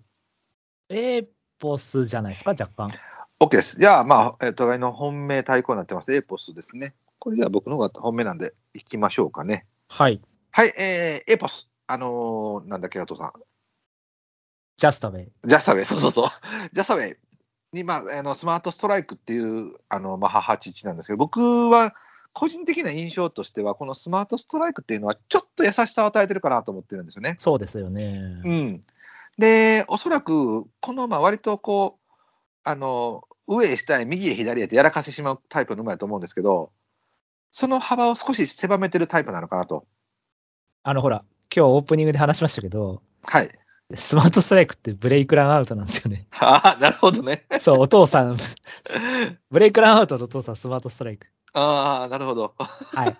Speaker 1: エーポスじゃないですか、若干。
Speaker 2: OK です。じゃあ、まあ、えー互いの本命対抗になってます。エポスですね。これじゃあ僕の方が本命なんで、いきましょうかね。
Speaker 1: はい。
Speaker 2: はい、えー、エポス。あのーなんだっけ、加藤さん。
Speaker 1: ジャストウェイ。
Speaker 2: ジャスタウェイ、そうそう *laughs* そう。ジャスタウェイに、まあ、あのスマートストライクっていう、あの、まあ、母父なんですけど、僕は、個人的な印象としては、このスマートストライクっていうのは、ちょっと優しさを与えてるかなと思ってるんですよね。
Speaker 1: そうですよね。
Speaker 2: うん、で、おそらく、この、まあ、割とこう、あの、上へ下へ、右へ左へってやらかしてしまうタイプの馬やと思うんですけど、その幅を少し狭めてるタイプなのかなと。
Speaker 1: あの、ほら、今日オープニングで話しましたけど、
Speaker 2: はい。
Speaker 1: スマートストライクってブレイクランアウトなんですよ *laughs* ね。
Speaker 2: ああ、なるほどね。
Speaker 1: そう、お父さん、ブレイクランアウトのお父さん、スマートストライク。
Speaker 2: ああ、なるほど。
Speaker 1: はい。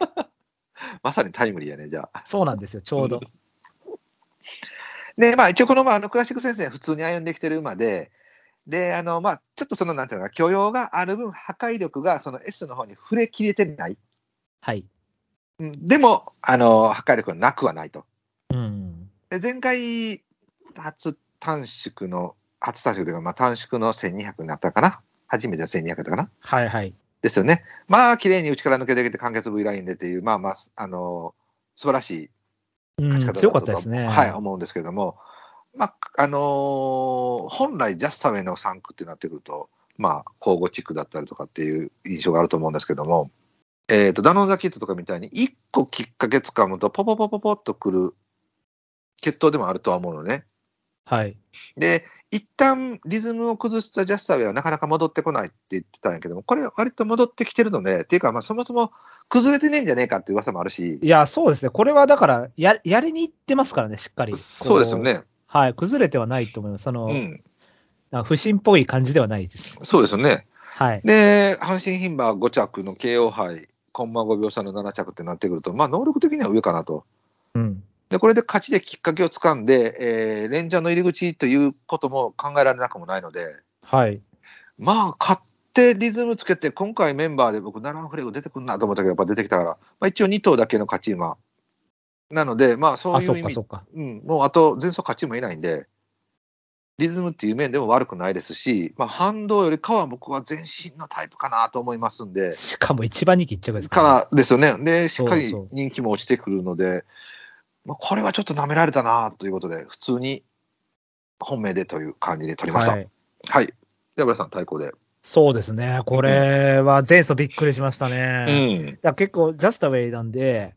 Speaker 2: まさにタイムリーやね、じゃあ。
Speaker 1: そうなんですよ、ちょうど。
Speaker 2: で、まあ、一応この、まあ、あのクラシック戦線普通に歩んできてる馬で、で、あの、まあ、ちょっとその、なんていうのかな、許容がある分、破壊力がその S の方に触れきれてない。
Speaker 1: はい。
Speaker 2: うんでも、あの、破壊力はなくはないと。
Speaker 1: うん。
Speaker 2: で、前回、初短縮の、初短縮というか、まあ、短縮の1200になったかな。初めての1200だったかな。
Speaker 1: はいはい。
Speaker 2: ですよね。まあ、綺麗に内から抜けてきて、完結 V ラインでっていう、まあまあ、あの、素晴らしい
Speaker 1: うん、強かったですね。
Speaker 2: はい、思うんですけれども、まあ、あのー本来ジャスタウェイの3区ってなってくると、まあ、交互地区だったりとかっていう印象があると思うんですけども、えっ、と、ダノンザキッズとかみたいに、1個きっかけ掴むと、ポポポポポっとくる決闘でもあるとは思うのね。
Speaker 1: はい。
Speaker 2: で、一旦リズムを崩したジャスタウェイはなかなか戻ってこないって言ってたんやけども、これ割と戻ってきてるので、っていうか、まあ、そもそも崩れてねえんじゃねえかっていう噂もあるし、
Speaker 1: いや、そうですね。これはだから、や、やりに行ってますからね、しっかり。
Speaker 2: そうですよね。
Speaker 1: こう。はい。崩れてはないと思います。その、
Speaker 2: うん、
Speaker 1: なんか不審っぽい感じではないです。
Speaker 2: そうですよね。
Speaker 1: はい。
Speaker 2: で、阪神牝馬5着の KO 杯、コンマ5秒差の7着ってなってくると、まあ、能力的には上かなと。
Speaker 1: うん。
Speaker 2: で、これで勝ちできっかけをつかんで、えーレンジャーの入り口ということも考えられなくもないので、
Speaker 1: はい。
Speaker 2: まあ、勝ってリズムつけて、今回メンバーで僕、ナランフレグ出てくるなと思ったけど、やっぱ出てきたから、まあ、一応2頭だけの勝ち馬。なので、まあ、そう
Speaker 1: あ、
Speaker 2: い
Speaker 1: そうっ
Speaker 2: 意
Speaker 1: か、
Speaker 2: 味
Speaker 1: そ、っか。
Speaker 2: うん、もうあと前走勝ちもいないんで、リズムっていう面でも悪くないですし、まあ、反動よりかは僕は前進のタイプかなと思いますんで。
Speaker 1: しかも一番人気一着ですからね。
Speaker 2: からですよね。で、しっかり
Speaker 1: そうそう
Speaker 2: 人気も落ちてくるので、まあ、これはちょっと舐められたなということで、普通に本命でという感じで取りました。
Speaker 1: は
Speaker 2: はいい。。じゃあ、村さん、対抗で。
Speaker 1: そうですね。これは前走びっくりしました
Speaker 2: う
Speaker 1: ね。
Speaker 2: ん。
Speaker 1: だから結構、ジャスタウェイなんで、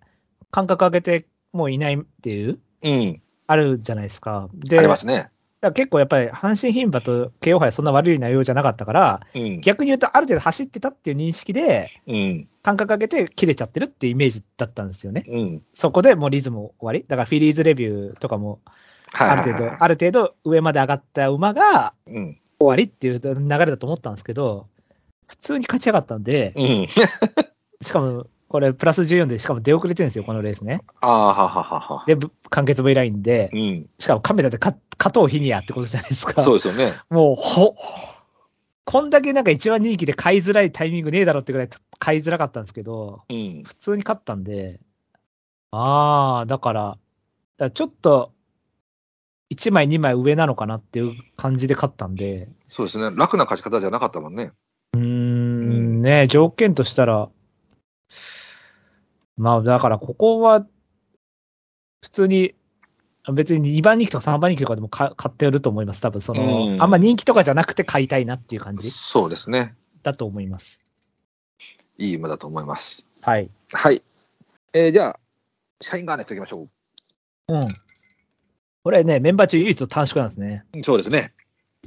Speaker 1: 間隔上げてもういないっていう、
Speaker 2: うん。
Speaker 1: あるじゃないですか。で、
Speaker 2: ありますね。
Speaker 1: だから結構やっぱり阪神牝馬と慶応杯はそんな悪い内容じゃなかったから、
Speaker 2: うん。
Speaker 1: 逆に言うとある程度走ってたっていう認識で、
Speaker 2: うん。
Speaker 1: 間隔上げて切れちゃってるっていうイメージだったんですよね。
Speaker 2: うん。
Speaker 1: そこでもうリズム終わり。だからフィリーズレビューとかも、
Speaker 2: はい
Speaker 1: あ
Speaker 2: はい
Speaker 1: る
Speaker 2: はい
Speaker 1: 程度、ある程度上まで上がった馬が
Speaker 2: うん。
Speaker 1: 終わりっていう流れだと思ったんですけど、普通に勝ち上がったんで、
Speaker 2: うん。
Speaker 1: しかも、これプラス14で、しかも出遅れてるんですよ、このレースね。
Speaker 2: ああ、はははは。
Speaker 1: で、ぶ完結 V ラインで
Speaker 2: う、ん。
Speaker 1: しかもカメラで勝勝とう日にやってことじゃないですか。
Speaker 2: そうですよね。
Speaker 1: もう、ほ、こんだけなんか一番人気で買いづらいタイミングねえだろってぐらい買いづらかったんですけど、
Speaker 2: うん。
Speaker 1: 普通に勝ったんで、ああ、だから、だからちょっと、1枚2枚上なのかなっていう感じで勝ったんで、
Speaker 2: そうですね。楽な勝ち方じゃなかったもんね。
Speaker 1: うーん、ね条件としたら、まあだからここは、普通に、別に2番人気とか3番人気とかでもか買ってると思います。多分その、
Speaker 2: うん
Speaker 1: あんま人気とかじゃなくて買いたいなっていう感じ
Speaker 2: そうですね。
Speaker 1: だと思います。
Speaker 2: いい馬だと思います。
Speaker 1: はい。
Speaker 2: はい。えー、じゃあ、社員ガーネットいきましょ
Speaker 1: うん。これね、メンバー中唯一の短縮なんですね。
Speaker 2: う。そうですね。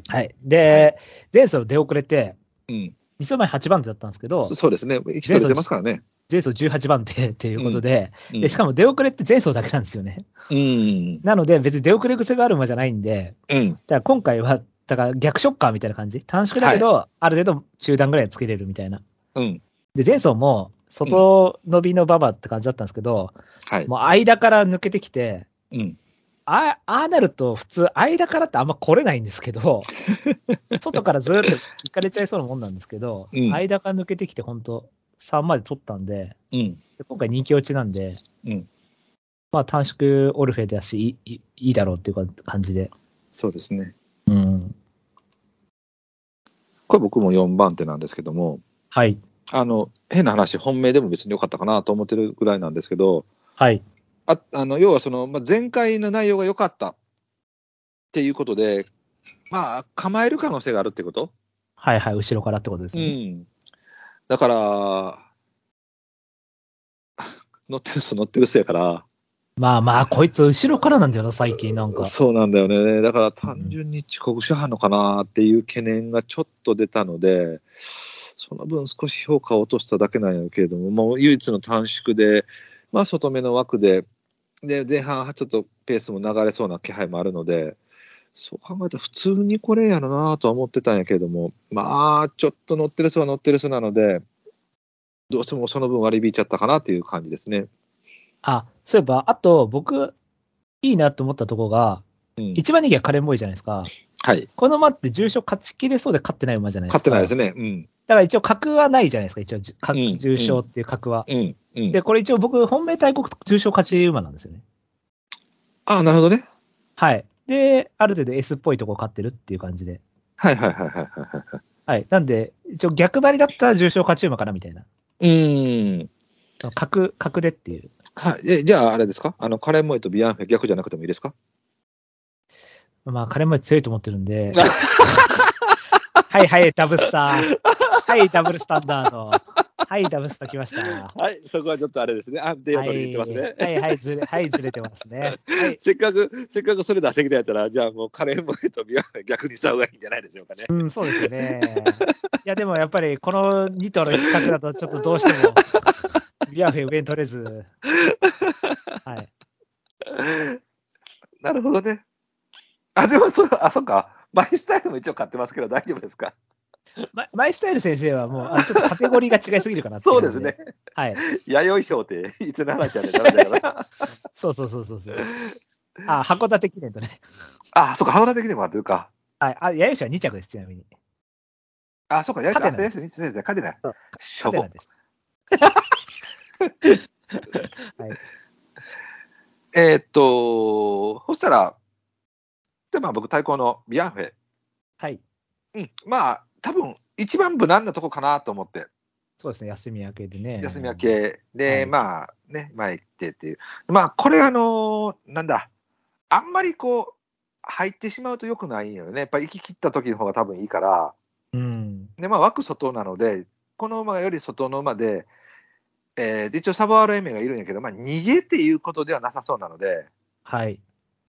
Speaker 1: はい。で、前走出遅れて、
Speaker 2: うん。
Speaker 1: 2走前8番手だったんですけど
Speaker 2: そ、そうですね、一人出ますからね。
Speaker 1: 前走18番手 *laughs* っていうことで、
Speaker 2: うん
Speaker 1: でしかも出遅れって前走だけなんですよね。
Speaker 2: うん、
Speaker 1: なので、別に出遅れ癖がある馬じゃないんで、
Speaker 2: うん、
Speaker 1: だから今回は、だから逆ショッカーみたいな感じ。短縮だけど、ある程度中段ぐらいはつけれるみたいな。
Speaker 2: うん、
Speaker 1: で、前走も、外伸びのババって感じだったんですけど、
Speaker 2: はい。
Speaker 1: もう間から抜けてきて、
Speaker 2: うん、
Speaker 1: あああなると普通、間からってあんま来れないんですけ *laughs* ど、外からずーっと行かれちゃいそうなもんなんですけど、
Speaker 2: うん
Speaker 1: 間から抜けてきて、本当3まで取ったんで、
Speaker 2: うん、
Speaker 1: で今回人気落ちなんで、
Speaker 2: うん
Speaker 1: まあ短縮オルフェだし、いいいいだろうっていうか感じで。
Speaker 2: そうですね。
Speaker 1: うん。
Speaker 2: これ僕も4番手なんですけども、
Speaker 1: はい。
Speaker 2: あの、変な話、本命でも別に良かったかなと思ってるぐらいなんですけど、
Speaker 1: はい。
Speaker 2: ああの要はその、まあ、前回の内容が良かったっていうことで、まあ、構える可能性があるってこと、
Speaker 1: はいはい。後ろからってことです
Speaker 2: う
Speaker 1: ね。
Speaker 2: ん、だから、 *laughs* 乗ってる人乗ってる人やから、
Speaker 1: まあまあ、こいつ後ろからなんだよな、最近なんか。
Speaker 2: そうなんだよね、だから単純に遅刻しはんのかなっていう懸念がちょっと出たので、その分少し評価を落としただけなんやけれども、もう唯一の短縮で、まあ、外目の枠で、で前半はちょっとペースも流れそうな気配もあるので、そう考えたら普通にこれやろなとは思ってたんやけれども、まあ、ちょっと乗ってる人は乗ってる人なので、どうしてもその分割り引いちゃったかなっていう感じですね。
Speaker 1: あ、そういえば、あと僕、いいなと思ったとこが、
Speaker 2: うん、
Speaker 1: 一番人気はカレンボーイじゃないですか。
Speaker 2: はい、
Speaker 1: この馬って重賞勝ちきれそうで勝ってない馬じゃないですか。
Speaker 2: 勝ってないですね。うん、
Speaker 1: だから一応格はないじゃないですか、一応じ格
Speaker 2: うん
Speaker 1: 重賞っていう格は。
Speaker 2: うん、うん。
Speaker 1: で、これ一応僕、本命大国重賞勝ち馬なんですよね。
Speaker 2: ああ、なるほどね。
Speaker 1: はい。で、ある程度 S っぽいとこ勝ってるっていう感じで。
Speaker 2: はいはいはいはいはいは
Speaker 1: はい。なんで、一応逆張りだったら重賞勝ち馬かなみたいな。
Speaker 2: い。うーん。
Speaker 1: 格、格でっていう。
Speaker 2: はい。えじゃあ、あれですかあの、カレンモイとビアンフェ逆じゃなくてもいいですか
Speaker 1: まあ、彼も強いと思ってるん
Speaker 2: *laughs*
Speaker 1: で。はいはい、ダブスター。はい、ダブルスタンダード。はい、ダブスター来ました。
Speaker 2: はい。そこはちょっとあれですね。安定
Speaker 1: はい、はいはい、ずれ、はい、ずれてますね。はい。
Speaker 2: せっかく、せっかくそれ出してきたやったら、じゃあもうカレンモイとビアンフェ逆にした方がいいんじゃないでしょうかね。
Speaker 1: うん、そうですよね。いや、でもやっぱりこの2頭の比較だと、ちょっとどうしても、ビアフェ上に取れず。はい。
Speaker 2: なるほどね。あ、でもそう、あ、そっか。マイスタイルも一応買ってますけど、大丈夫ですか
Speaker 1: ママイスタイル先生はもう、あのちょっとカテゴリーが違いすぎるかなってい
Speaker 2: そう
Speaker 1: の
Speaker 2: ですね。。
Speaker 1: はい。
Speaker 2: 弥生賞って、いつの話やねんって話だ *laughs* から。
Speaker 1: そうそうそうそうそう。あ、函館記念とね。
Speaker 2: あ、そっか。花田的にも買ってるか。
Speaker 1: はい。あ、弥生氏は2着です、ちなみに。
Speaker 2: あ、そっか。弥生賞、あ
Speaker 1: 勝てない
Speaker 2: 先生、先生、勝てない
Speaker 1: そう。
Speaker 2: し
Speaker 1: カ
Speaker 2: ょ
Speaker 1: テ
Speaker 2: ぼ
Speaker 1: ラ。です。
Speaker 2: えーっと、そしたら、で、まあ僕、対抗のビアンフェ。
Speaker 1: はい。
Speaker 2: うん。まあ、多分、一番無難なとこかなと思って、
Speaker 1: そうですね、休み明けでね。
Speaker 2: 休み明。け
Speaker 1: は
Speaker 2: で、
Speaker 1: い
Speaker 2: まあ、ね、前行ってっていう。まあ、これ、あのーなんだ、あんまりこう、入ってしまうと良くないよね。やっぱり行き切った時の方が多分いいから、
Speaker 1: うん。
Speaker 2: で、まあ、枠外なので、この馬より外の馬で、えーで一応、サバールエメがいるんやけど、まあ、逃げっていうことではなさそうなので、
Speaker 1: はい。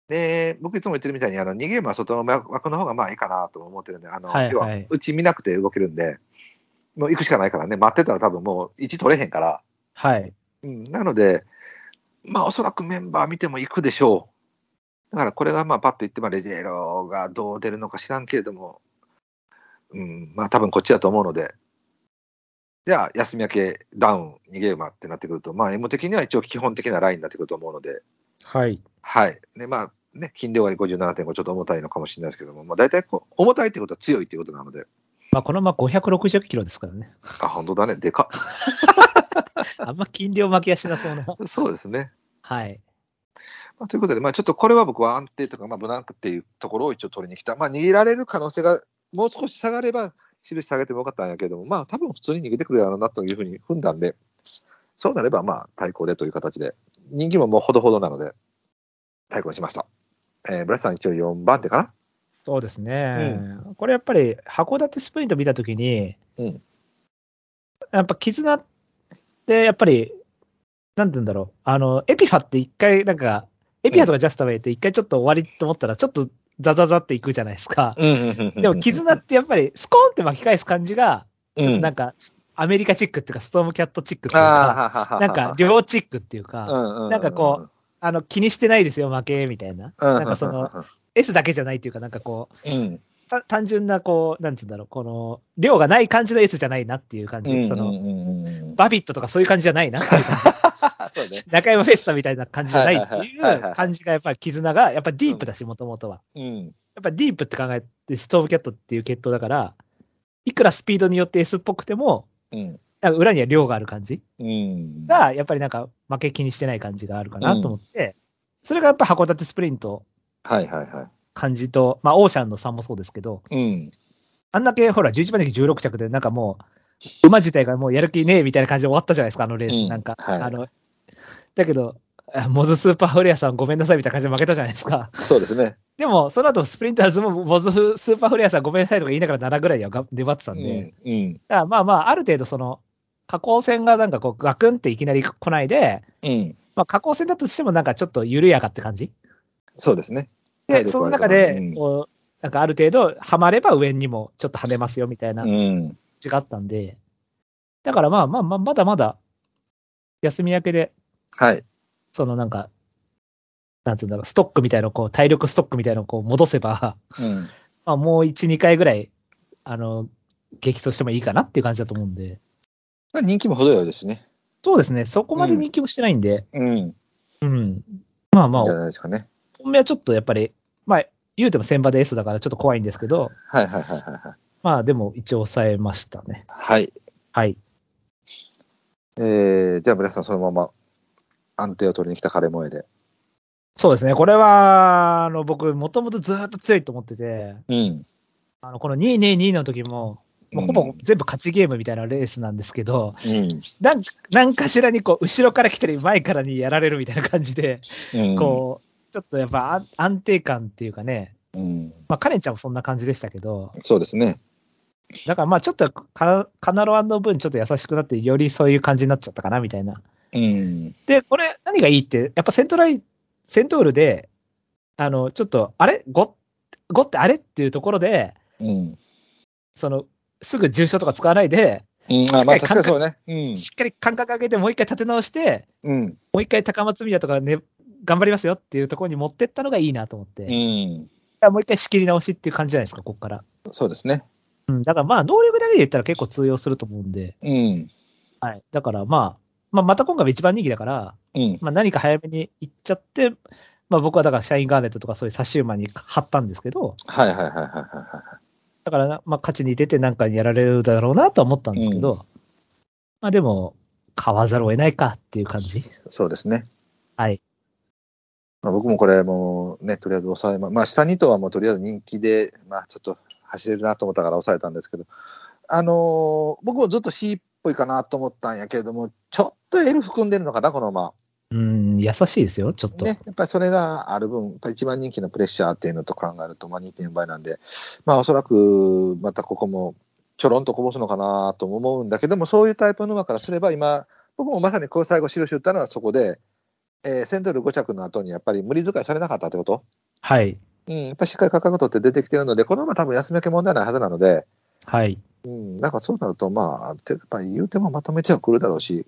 Speaker 2: で、僕いつも言ってるみたいに、あの、逃げ馬は外の枠の方がまあいいかなと思ってるんで、あの、
Speaker 1: はいはい
Speaker 2: 要は、うち見なくて動けるんで、もう行くしかないからね、待ってたら多分もう位置取れへんから、
Speaker 1: はい。
Speaker 2: うん、なので、まあおそらくメンバー見ても行くでしょう。だからこれがまあパッと言って、まあレジェーロがどう出るのか知らんけれども、うん、まあ多分こっちだと思うので、じゃあ休み明けダウン、逃げ馬ってなってくると、まあ M 的には一応基本的なラインになってくると思うので、
Speaker 1: はい。
Speaker 2: はい。で、まあ、ね、筋量が57.5、ちょっと重たいのかもしれないですけども、まあ、大体こう、重たいってことは強いってことなので、
Speaker 1: まあ、このまま560キロですからね。 *laughs*
Speaker 2: あ、本当だね、でかっ。
Speaker 1: あんま金量負けやしなそうな。
Speaker 2: そうですね。
Speaker 1: はい。
Speaker 2: まあ、ということで、まあ、ちょっとこれは僕は安定とか、まあ、無難っていうところを一応取りに来た。まあ、逃げられる可能性がもう少し下がれば、印下げてもよかったんやけども、まあ、多分普通に逃げてくるやろうなというふうに踏んだんで、そうなれば、まあ、対抗でという形で、人気ももうほどほどなので、対抗にしました。えー、ブラスさん一応4番手かな
Speaker 1: そうですね。これやっぱり、函館スプリント見たときに、
Speaker 2: うん
Speaker 1: やっぱ絆って、やっぱり、なんて言うんだろう。あの、エピファって一回、なんか、エピファとかジャスタウェイって一回ちょっと終わりと思ったら、ちょっとザザザっていくじゃないですか。でも、絆ってやっぱり、スコーンって巻き返す感じが、ちょっとなんか、アメリカチックっていうか、ストームキャットチックっていうか、
Speaker 2: あー
Speaker 1: なんか、両チックっていうか、
Speaker 2: な
Speaker 1: なんかこう、あの、気にしてないですよ、負け、みたいな。
Speaker 2: な
Speaker 1: なんかその、、S だけじゃないっていうか、なんかこう、
Speaker 2: うん
Speaker 1: た単純な、こう、なんつうんだろう、この、量がない感じの S じゃないなっていう感じ。そ
Speaker 2: うん
Speaker 1: の、
Speaker 2: うんうん
Speaker 1: バビットとかそういう感じじゃないなっていう *laughs* 感じ。
Speaker 2: あそうね
Speaker 1: 中山フェスタみたいな感じじゃないってい
Speaker 2: はいはいはいはいは
Speaker 1: う
Speaker 2: い
Speaker 1: 感じが、やっぱり絆が、やっぱディープだし、もともとは。
Speaker 2: うん
Speaker 1: やっぱディープって考えて、ストームキャットっていう血統だから、いくらスピードによって S っぽくても、
Speaker 2: うん
Speaker 1: なんか裏には量がある感じ
Speaker 2: うん。
Speaker 1: が、やっぱりなんか負け気にしてない感じがあるかなと思って、それがやっぱ函館スプリント
Speaker 2: はいはいは
Speaker 1: 感じと、まあ、オーシャンの3もそうですけど、
Speaker 2: い。うん。
Speaker 1: あんだけほら、11番的16着で、なんかもう、馬自体がもうやる気ねえみたいな感じで終わったじゃないですか、あのレース。
Speaker 2: うん
Speaker 1: なんか、
Speaker 2: はい
Speaker 1: あの、だけど、あモズスーパーフレアさんごめんなさいみたいな感じで負けたじゃないですか。 *laughs*
Speaker 2: そうですね。
Speaker 1: でも、その後スプリンターズもモズフスーパーフレアさんごめんなさいとか言いながら7ぐらいはが粘ってた
Speaker 2: うん
Speaker 1: で、だか
Speaker 2: ん。うん。
Speaker 1: らまあまあ、ある程度その、下降線がなんかこうガクンっていきなり来ないで、
Speaker 2: うん。
Speaker 1: まあ、下降線だとしてもなんかちょっと緩やかって感じ
Speaker 2: そうですね。体
Speaker 1: で、
Speaker 2: 力
Speaker 1: そ
Speaker 2: は
Speaker 1: の
Speaker 2: ある
Speaker 1: 中
Speaker 2: から
Speaker 1: で
Speaker 2: うん、
Speaker 1: こう、なんかある程度、はまれば上にもちょっと跳ねますよみたいな
Speaker 2: うん。
Speaker 1: 違ったんで、だからまあまあまあ、まだまだ、休み明けで、
Speaker 2: はい。
Speaker 1: そのなんか、なんつうんだろう、ストックみたいな、こう、体力ストックみたいなのをこう戻せば、 *laughs*
Speaker 2: うん。
Speaker 1: まあもう1、2回ぐらい、あの、激走してもいいかなっていう感じだと思うんで、
Speaker 2: まあ、人気も程よいですね。
Speaker 1: そうですね、そこまで人気もしてないんで、
Speaker 2: うん。
Speaker 1: うん。まあまあ
Speaker 2: じゃ、ないですかね。
Speaker 1: 本命はちょっとやっぱり、まあ、言うても先場で S だからちょっと怖いんですけど、
Speaker 2: はいはいはいはいはい。
Speaker 1: まあでも一応抑えましたね。
Speaker 2: はい。
Speaker 1: はい。
Speaker 2: えー、じゃあ皆さんそのまま安定を取りに来た枯れ萌えで。
Speaker 1: そうですね、これは、あの、僕、もともとずーっと強いと思ってて、
Speaker 2: うん。
Speaker 1: あのこの222の時も、もうほぼ全部勝ちゲームみたいなレースなんですけど、
Speaker 2: うん。
Speaker 1: なんなんかしらにこう後ろから来たり、前からにやられるみたいな感じで、
Speaker 2: うん。
Speaker 1: こうちょっとやっぱ安安定感っていうかね、
Speaker 2: うん。
Speaker 1: まあ、カレンちゃんもそんな感じでしたけど、
Speaker 2: そうですね。
Speaker 1: だからまあちょっとカカナロアンの分、ちょっと優しくなって、よりそういう感じになっちゃったかなみたいな。
Speaker 2: うん。
Speaker 1: で、これ、何がいいって、やっぱセントライ、セントールで、あのちょっと、あれ ?5 ってあれっていうところで、
Speaker 2: うん。
Speaker 1: そのすぐ重症とか使わないで、
Speaker 2: うん、あまあ
Speaker 1: しっか
Speaker 2: 確か
Speaker 1: り
Speaker 2: にそうね。うん
Speaker 1: しっかり感覚上げて、もう一回立て直して、。
Speaker 2: うん。
Speaker 1: もう一回高松宮とかね、頑張りますよっていうところに持ってったのがいいなと思って、だか
Speaker 2: うん。
Speaker 1: らもう一回仕切り直しっていう感じじゃないですか、ここから。
Speaker 2: そうですね。
Speaker 1: うん、だからまあ、能力だけで言ったら結構通用すると思うんで、
Speaker 2: うん。
Speaker 1: はい、だからまあ、まあ、また今回は一番人気だから、
Speaker 2: うん。
Speaker 1: まあ、何か早めに行っちゃって、まあ、僕はだからシャインガーネットとかそういう差し馬に貼ったんですけど、
Speaker 2: はいはいはいはいはいはい。
Speaker 1: だからな、まあ、勝ちに出てなんかにやられるだろうなとは思ったんですけど、まあでも、買わざるを得ないかっていう感じ。
Speaker 2: そうですね。
Speaker 1: はい。
Speaker 2: まあ、僕もこれもうね、とりあえず抑えま、まあ下2頭はもうとりあえず人気で、まあちょっと走れるなと思ったから抑えたんですけど、あのー僕もずっと C っぽいかなと思ったんやけれども、ちょっと L 含んでるのかな、この馬。
Speaker 1: うん、優しいですよ、ちょっと。
Speaker 2: ね、やっぱりそれがある分、やっぱり一番人気のプレッシャーっていうのと考えると、まあ2.4倍なんで、まあおそらくまたここもちょろんとこぼすのかなとも思うんだけども、そういうタイプの馬からすれば今、僕もまさにこう最後印打ったのはそこで、えー、セントル5着の後にやっぱり無理遣いされなかったってこと
Speaker 1: はい。
Speaker 2: うん、やっぱりしっかり価格取って出てきてるので、この馬多分休み明け問題ないはずなので、
Speaker 1: はい。
Speaker 2: うん、なんかそうなると、まあある程度、まあ、言うてもまとめてはくるだろうし、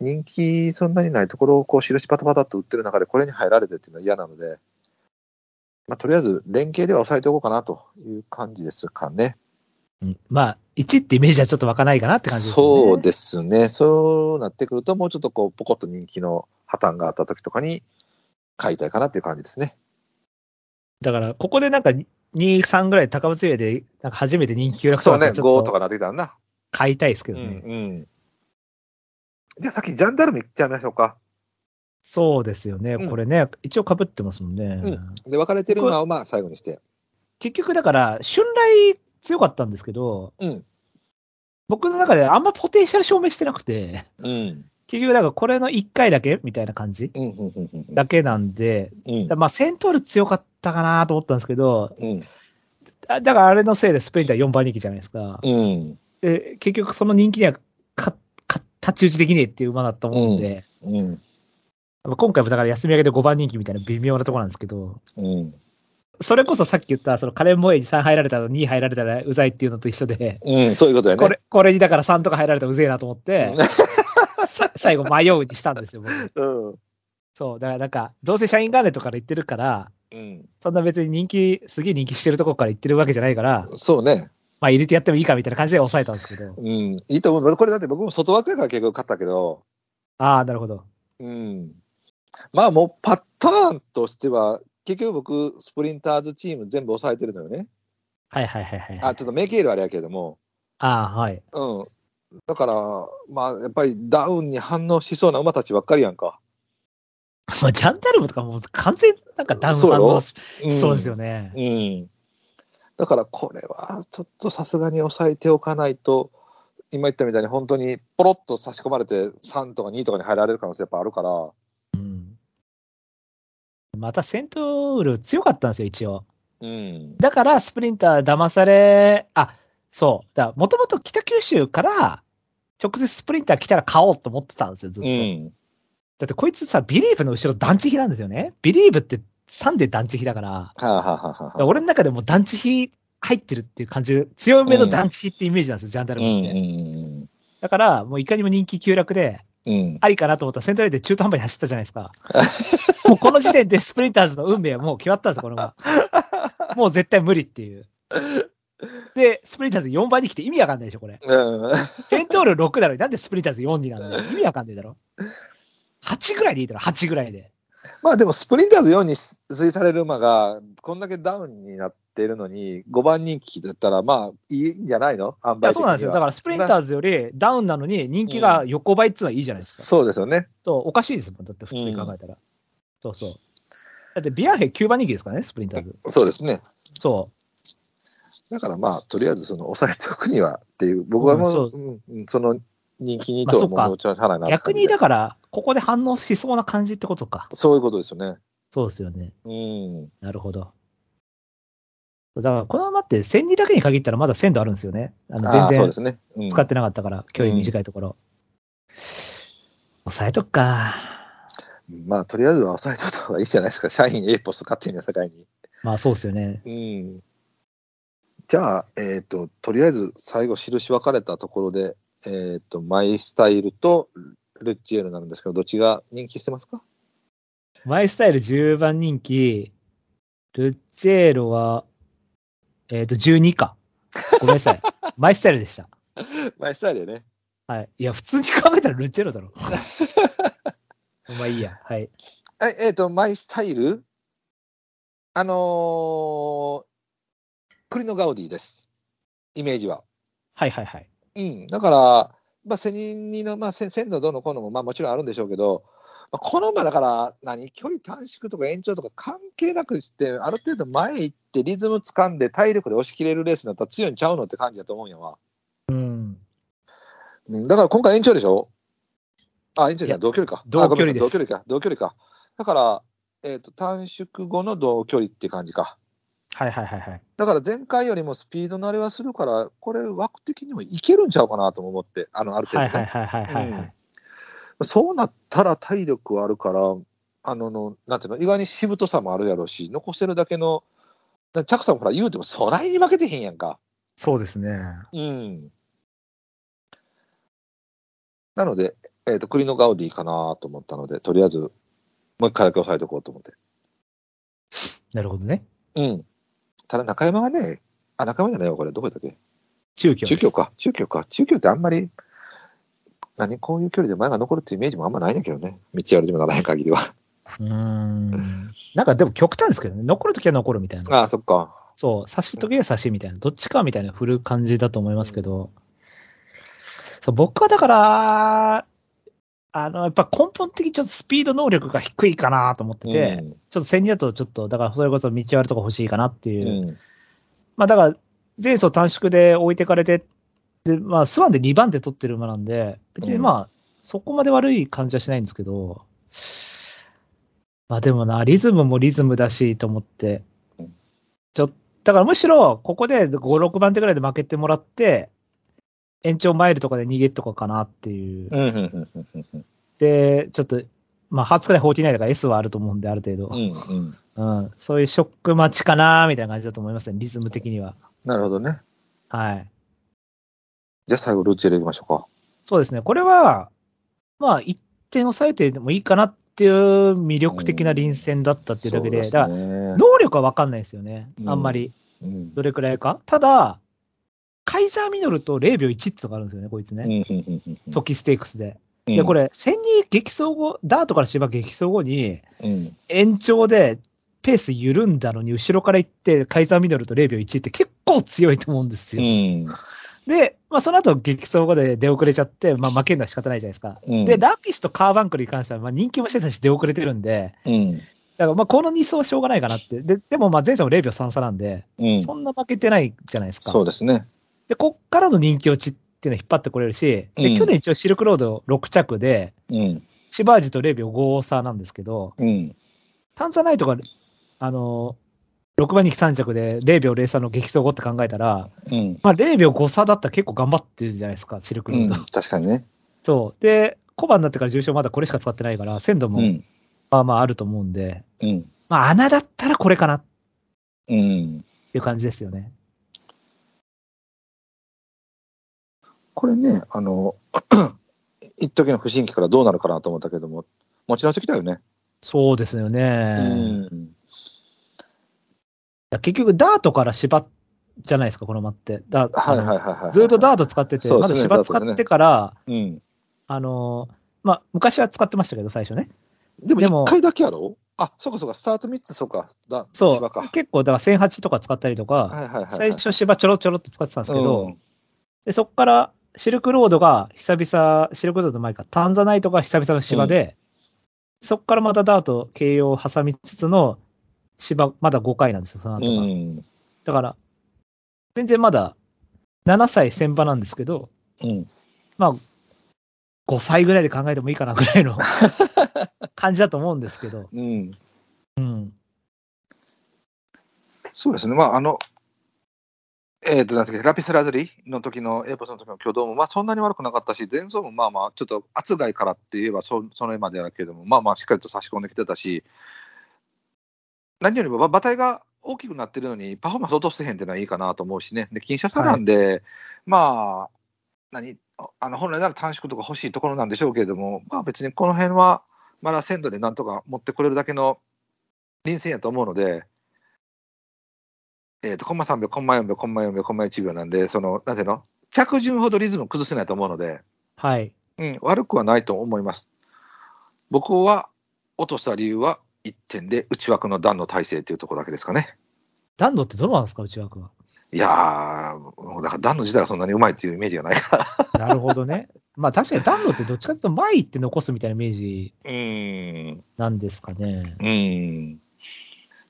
Speaker 2: 人気そんなにないところをこう印パタパタっと売ってる中で、これに入られてっていうのは嫌なので、まあ、とりあえず連携では抑えておこうかなという感じですかね。
Speaker 1: うんまあ、1ってイメージはちょっと湧かないかなって感じですよね。
Speaker 2: そうですね、そうなってくると、もうちょっとこうポコッと人気の破綻があった時とかに買いたいかなっていう感じですね。
Speaker 1: だから、ここでなんか2、3ぐらい高松家で、なんか初めて人気急落と
Speaker 2: そ
Speaker 1: か
Speaker 2: うね、
Speaker 1: だったらちょっ
Speaker 2: 5と
Speaker 1: と
Speaker 2: かなってきたらな。
Speaker 1: 買いたいですけどね。
Speaker 2: うんうんじゃあさっきジャンダルムいっちゃいましょうか。
Speaker 1: そうですよね、
Speaker 2: うん
Speaker 1: これね、一応かぶってますもんね。
Speaker 2: うんで、別れてる馬をまあ最後にして。
Speaker 1: 結局、だから、春来強かったんですけど、
Speaker 2: うん。
Speaker 1: 僕の中であんまポテンシャル証明してなくて、
Speaker 2: うん。
Speaker 1: 結局、だからこれの1回だけみたいな感じ
Speaker 2: うん。うん。うん。うん
Speaker 1: だけなんで、
Speaker 2: うん
Speaker 1: まあ、セントール強かったかなと思ったんですけど、
Speaker 2: うん。
Speaker 1: あだからあれのせいでスプリンター4番人気じゃないですか。
Speaker 2: うん。
Speaker 1: で、結局その人気にはか、か、太刀打ちできねえっていう馬だと思うんで、やっ
Speaker 2: うん。
Speaker 1: ぱ今回もだから休み明けで5番人気みたいな微妙なところなんですけど、
Speaker 2: うん。そ
Speaker 1: それこそさっき言った、そのカレンモエに3入られたら2入られたらうざいっていうのと一緒で、
Speaker 2: うん。そういうことやね。
Speaker 1: これ、これにだから3とか入られたらうぜえなと思って、さ *laughs* 最後迷うにしたんですよ、僕。
Speaker 2: うん。
Speaker 1: そう、だからなんか、どうせ社員ガーネットから言ってるから、
Speaker 2: うん。
Speaker 1: そんな別に人気、すげえ人気してるとこから言ってるわけじゃないから、
Speaker 2: そうね。
Speaker 1: まあ入れてやってもいいかみたいな感じで抑えたんですけど。
Speaker 2: うん。いいと思う。これだって僕も外枠やから結局勝ったけど、
Speaker 1: ああ、なるほど。
Speaker 2: うん。まあもうパターンとしては、結局僕、スプリンターズチーム全部抑えてるのよね。
Speaker 1: はいはいはいはい。
Speaker 2: あ、ちょっとメイケールはあれやけれども。
Speaker 1: ああ、はい。 *laughs*
Speaker 2: うん。だから、まあ、やっぱりダウンに反応しそうな馬たちばっかりやんか。
Speaker 1: まあ、ジャンダルムとかもう完全になんかダウン
Speaker 2: そうよ
Speaker 1: 反応し
Speaker 2: ん
Speaker 1: そうですよね。
Speaker 2: うん。だからこれはちょっとさすがに抑えておかないと、今言ったみたいに本当にポロッと差し込まれて3とか2とかに入られる可能性やっぱあるから、
Speaker 1: うんまたセントウル強かったんですよ、一応。
Speaker 2: うん。
Speaker 1: だからスプリンター騙され、あ、そう。だもともと北九州から直接スプリンター来たら買おうと思ってたんですよ、ずっ
Speaker 2: う
Speaker 1: と。
Speaker 2: ん。
Speaker 1: だってこいつさ、ビリーブの後ろ団地比なんですよね。ビリーブって3で団地比だから、
Speaker 2: はあ、はあは
Speaker 1: だ
Speaker 2: あ
Speaker 1: から
Speaker 2: はあ、
Speaker 1: 俺の中でも団地比入ってるっていう感じで、強めの団地比ってイメージなんですよ、ジャンダ
Speaker 2: う
Speaker 1: ル
Speaker 2: んう
Speaker 1: ムって。
Speaker 2: ん
Speaker 1: だから、もういかにも人気急落で、
Speaker 2: うん。うん。
Speaker 1: ありかなと思ったらセントラルで中途半端に走ったじゃないですか。 *laughs* もうこの時点でスプリンターズの運命はもう決まったんです、これは。もう絶対無理っていう。で、スプリンターズ4倍に来て意味わかんないでしょ、これ。
Speaker 2: うん。
Speaker 1: セントール6なのになんでスプリンターズ4に
Speaker 2: *laughs*
Speaker 1: なんだよ。意味わかんないだろ。8ぐらいでいいだろ、8ぐらいで。
Speaker 2: まあでもスプリンターズ4に推される馬がこんだけダウンになってるのに5番人気だったらまあいいんじゃないの販
Speaker 1: い
Speaker 2: 売
Speaker 1: や
Speaker 2: 的
Speaker 1: そ
Speaker 2: に
Speaker 1: う
Speaker 2: は
Speaker 1: なんですよ。だからスプリンターズよりダウンなのに人気が横ばいっつうのはいいじゃないですか。
Speaker 2: そうですよね。
Speaker 1: とおかしいですもん、だって普通に考えたら。そうそう。だってビアンヘ9番人気ですからね、スプリンターズ。
Speaker 2: そうですね。
Speaker 1: そう。
Speaker 2: だからまあとりあえずその抑えておくにはっていう僕はもう,、
Speaker 1: うん
Speaker 2: うんうんその人気にとはもう,、
Speaker 1: まあそうか
Speaker 2: もちろんしゃあないなって
Speaker 1: 逆
Speaker 2: 感じで
Speaker 1: にだから、ここで反応しそうな感じってことか。
Speaker 2: そういうことですよね。
Speaker 1: そうですよね。
Speaker 2: うん。
Speaker 1: なるほど。だから、このままって、1000人だけに限ったらまだ鮮度あるんですよね。あの
Speaker 2: ああ
Speaker 1: 全
Speaker 2: そう
Speaker 1: 然
Speaker 2: ですね。うん
Speaker 1: 使ってなかったから、距離短いところ。抑えとくか。
Speaker 2: まあとりあえずは抑えといた方がいいじゃないですか。社員エイポス勝手に境に。
Speaker 1: まあ、そうですよね。
Speaker 2: うん。じゃあ、えっ、と、とりあえず最後、印分かれたところで、えっ、と、マイスタイルとルッチエルなんですけど、どっちが人気してますか
Speaker 1: マイスタイル10番人気、ルッチェーロは、えっ、と、12か。ごめんなさ *laughs* い。マイスタイルでした。
Speaker 2: マイスタイルね。
Speaker 1: はい。いや、普通に考えたらルッチェーロ *laughs* だろ。まあいいや。はい。
Speaker 2: はい、えっ、と、マイスタイルあのー、栗のガウディです。イメージは。
Speaker 1: はいはいはい。
Speaker 2: うん、だから、まあ、セニーニの、まあ、せ鮮度どうのこうのも、まあ、もちろんあるんでしょうけど、まあ、この馬だから何、距離短縮とか延長とか関係なくして、ある程度前行って、リズム掴んで、体力で押し切れるレースになったら強いんちゃうのって感じだと思うんやわ。
Speaker 1: うん。
Speaker 2: うん、だから今回延長でしょあ、延長じゃない
Speaker 1: いや
Speaker 2: 同距離か。
Speaker 1: 同距離
Speaker 2: あごめん
Speaker 1: です
Speaker 2: 同距離か。同距離か。だから、えっ、と、短縮後の同距離って感じか。
Speaker 1: はいはいはいはい。
Speaker 2: だから前回よりもスピードのあれはするから、これ枠的にもいけるんちゃうかなとも思って、あの、ある程度
Speaker 1: は
Speaker 2: ね。
Speaker 1: いはいはいはいはい、はい
Speaker 2: そうなったら体力はあるから、あのの、なんていうの、意外にしぶとさもあるやろうし、残せるだけの、だチャクさんもほら言うても、そないに負けてへんやんか。
Speaker 1: そうですね。
Speaker 2: うん。なので、えっ、と、栗のガウディかなと思ったので、とりあえず、もう一回だけ押さえておこうと思って。
Speaker 1: なるほどね。
Speaker 2: うん。ただ、中山がね、あ、中山じゃないわ、これ、どこだっけ
Speaker 1: 中京です
Speaker 2: 中京。か、中京か、中京ってあんまり、何、こういう距離で前が残るっていうイメージもあんまないんやけどね、道歩いてもならへん限りは。
Speaker 1: うーん。なんかでも極端ですけどね。残るときは残るみたいな。
Speaker 2: ああ、そっか。
Speaker 1: そう。刺しときは刺しみたいな。どっちかみたいな振る感じだと思いますけど。そう僕はだから、あの、やっぱ根本的にちょっとスピード能力が低いかなと思ってて、
Speaker 2: うん
Speaker 1: ちょっと戦2だとちょっと、だからそれこそ道割るとか欲しいかなっていう。
Speaker 2: うん
Speaker 1: まあだから、前走短縮で置いてかれて、で、まあ、スワンで2番手取ってる馬なんで、別にまあ、そこまで悪い感じはしないんですけど、まあでもな、リズムもリズムだしと思って
Speaker 2: うん、
Speaker 1: ちょ、だからむしろ、ここで5、6番手ぐらいで負けてもらって、延長マイルとかで逃げとかかなっていう。
Speaker 2: うんうんうんうんうん
Speaker 1: で、ちょっと、まあ、20日で49だから S はあると思うんで、ある程
Speaker 2: う
Speaker 1: 度。
Speaker 2: んうん
Speaker 1: うん。そういうショック待ちかな、みたいな感じだと思いますね、リズム的には。
Speaker 2: なるほどね。
Speaker 1: はい。
Speaker 2: じゃあ最後、ルッチェルいきましょうか。
Speaker 1: そうですね、これは、まあ、一点抑えてでもいいかなっていう魅力的な臨戦だったっていうだけで、
Speaker 2: そう
Speaker 1: だ
Speaker 2: す
Speaker 1: から、
Speaker 2: ね
Speaker 1: 能力は分かんないですよね、
Speaker 2: うん
Speaker 1: あんまり、
Speaker 2: うん
Speaker 1: どれくらいか。ただ、カイザーミノルと0秒1っていうのがあるんですよね、こいつ
Speaker 2: うん
Speaker 1: ね、
Speaker 2: うんうんうんうん
Speaker 1: トキステークスで。
Speaker 2: うん
Speaker 1: で、これ、1000人激走後、ダートから芝激走後に、
Speaker 2: うん
Speaker 1: 延長でペース緩んだのに、後ろから行って、カイザーミノルと0秒1って結構強いと思うんです
Speaker 2: う
Speaker 1: よ。
Speaker 2: ん
Speaker 1: で、まあ、その後激走後で出遅れちゃって、まあ、負けるのは仕方ないじゃないですか。
Speaker 2: うん
Speaker 1: で、ラピスとカーバンクルに関しては、まあ、人気もしてたし、出遅れてるんで、
Speaker 2: う
Speaker 1: だ
Speaker 2: ん。
Speaker 1: から、まあ、この2走はしょうがないかなって。で、でも、まあ、前走も0秒3差なんで、
Speaker 2: うん。
Speaker 1: そんな負けてないじゃないですか。
Speaker 2: そうですね。
Speaker 1: で、こっからの人気落ちっていうのは引っ張ってこれるし、で、
Speaker 2: うん
Speaker 1: 去年一応シルクロード6着で、
Speaker 2: うん。
Speaker 1: シバージと0秒5差なんですけど、
Speaker 2: うん。
Speaker 1: タンザナイトが、あの、6番人気3着で0秒03の激走後って考えたら、
Speaker 2: うん。
Speaker 1: まあ、0秒5差だったら結構頑張ってるじゃないですか、シルクロ
Speaker 2: う
Speaker 1: ー
Speaker 2: ん
Speaker 1: ド。
Speaker 2: 確かにね。
Speaker 1: そう。で、小判になってから重賞まだこれしか使ってないから、鮮度
Speaker 2: う
Speaker 1: も
Speaker 2: ん。
Speaker 1: まあまああると思うんで、
Speaker 2: うん。
Speaker 1: まあ穴だったらこれかなっ
Speaker 2: う
Speaker 1: て
Speaker 2: ん。
Speaker 1: いう感じですよね。
Speaker 2: これね、あの、 *clears throat* 一時の不審期からどうなるかなと思ったけども、持ち直してきたよね。
Speaker 1: そうですよね
Speaker 2: う。ん。
Speaker 1: 結局、ダートから芝じゃないですか、この馬って。だ
Speaker 2: はいはいはいはい。
Speaker 1: ずっとダート使ってて、
Speaker 2: そう
Speaker 1: ま
Speaker 2: で
Speaker 1: すだ
Speaker 2: ね
Speaker 1: 芝使ってから、
Speaker 2: うん。
Speaker 1: あのー、まあ、昔は使ってましたけど、最初ね。
Speaker 2: でも
Speaker 1: でも
Speaker 2: 一回だけやろあ、そうかそうか、スタート3つ、そうか、だ
Speaker 1: そ
Speaker 2: 芝か。は
Speaker 1: う。結構、だから1008とか使ったりとか、
Speaker 2: いはいはいはい。
Speaker 1: 最初芝ちょろちょろって使ってたんですけど、
Speaker 2: うん
Speaker 1: でそこからシルクロードが久々、シルクロードの前か、タンザナイトが久々の芝で、そこからまたダート、形容を挟みつつの芝、まだ5回なんですよ、その後が。
Speaker 2: うん。
Speaker 1: だから、全然まだ7歳先場なんですけど、
Speaker 2: うん。
Speaker 1: まあ、5歳ぐらいで考えてもいいかなぐらい *laughs* の感じだと思うんですけど、
Speaker 2: うん。
Speaker 1: うん。
Speaker 2: そうですね、まあ、あの、えー、となんていうかラピスラズリの時のエーポスの時の挙動も、まあ、そんなに悪くなかったし、前走もまあまあ、ちょっと圧外からって言えばそ、その絵までだけれども、まあまあ、しっかりと差し込んできてたし、何よりもば馬体が大きくなってるのに、パフォーマンス落とせへんっていうのはいいかなと思うしね、で金車差なんで、まあ、何あの本来なら短縮とか欲しいところなんでしょうけれども、まあ、別にこの辺は、まだ鮮度でなんとか持ってこれるだけの臨戦やと思うので。えー、とコンマ3秒、コンマ4秒、コンマ4秒、コンマ1秒なんで、その、なんていうの、着順ほどリズム崩せないと思うので、
Speaker 1: はい。
Speaker 2: うん、悪くはないと思います。僕は落とした理由は1点で、内枠の段の体勢というところだけですかね。
Speaker 1: ダンドってどうなんですか、内枠は。
Speaker 2: いやー、もうだから段の自体がそんなにうまいっていうイメージがないか
Speaker 1: なるほどね。 *laughs* まあ確かにダンドってどっちかというと前行って残すみたいなイメージ
Speaker 2: ら。うん。
Speaker 1: なんですかね。
Speaker 2: うん。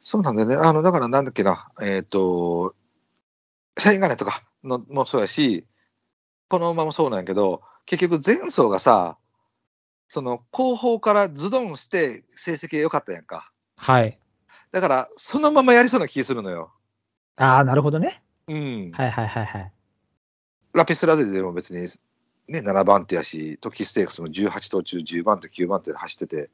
Speaker 2: そうなんだよね。あの、だからなんだっけな、えっ、と、社員金とかのもそうやし、この馬もそうなんやけど、結局前走がさ、その後方からズドンして成績が良かったやんか。
Speaker 1: はい。
Speaker 2: だから、そのままやりそうな気するのよ。
Speaker 1: ああ、なるほどね。
Speaker 2: うん。
Speaker 1: はいはいはいはい。
Speaker 2: ラピスラズリでも別に、ね、7番手やし、トキステークスも18頭中10番手、9番手で走ってて、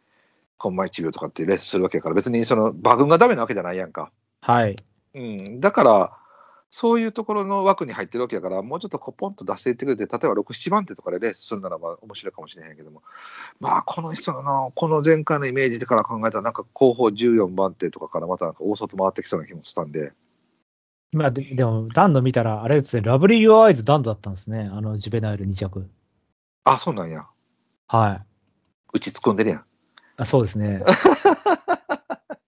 Speaker 2: コンマ1秒とかってレースするわけやから、別にその馬群がダメなわけじゃないやんか。
Speaker 1: はい。
Speaker 2: うん、だから、そういうところの枠に入ってるわけだから、もうちょっとこうポンと出していってくれて、例えば6、7番手とかでレースするならば面白いかもしれへんけども、まあ、この人のな、この前回のイメージでから考えたら、なんか後方14番手とかからまたなんか大外回ってきそうな気もしたんで、
Speaker 1: まあででも、ダンド見たら、あれですね、ラブリー・ユア・アイズダンドだったんですね。あの、ジュベナイル2着。
Speaker 2: あ、そうなんや。
Speaker 1: はい。
Speaker 2: うち突っ込んでるやん。
Speaker 1: あそうですね。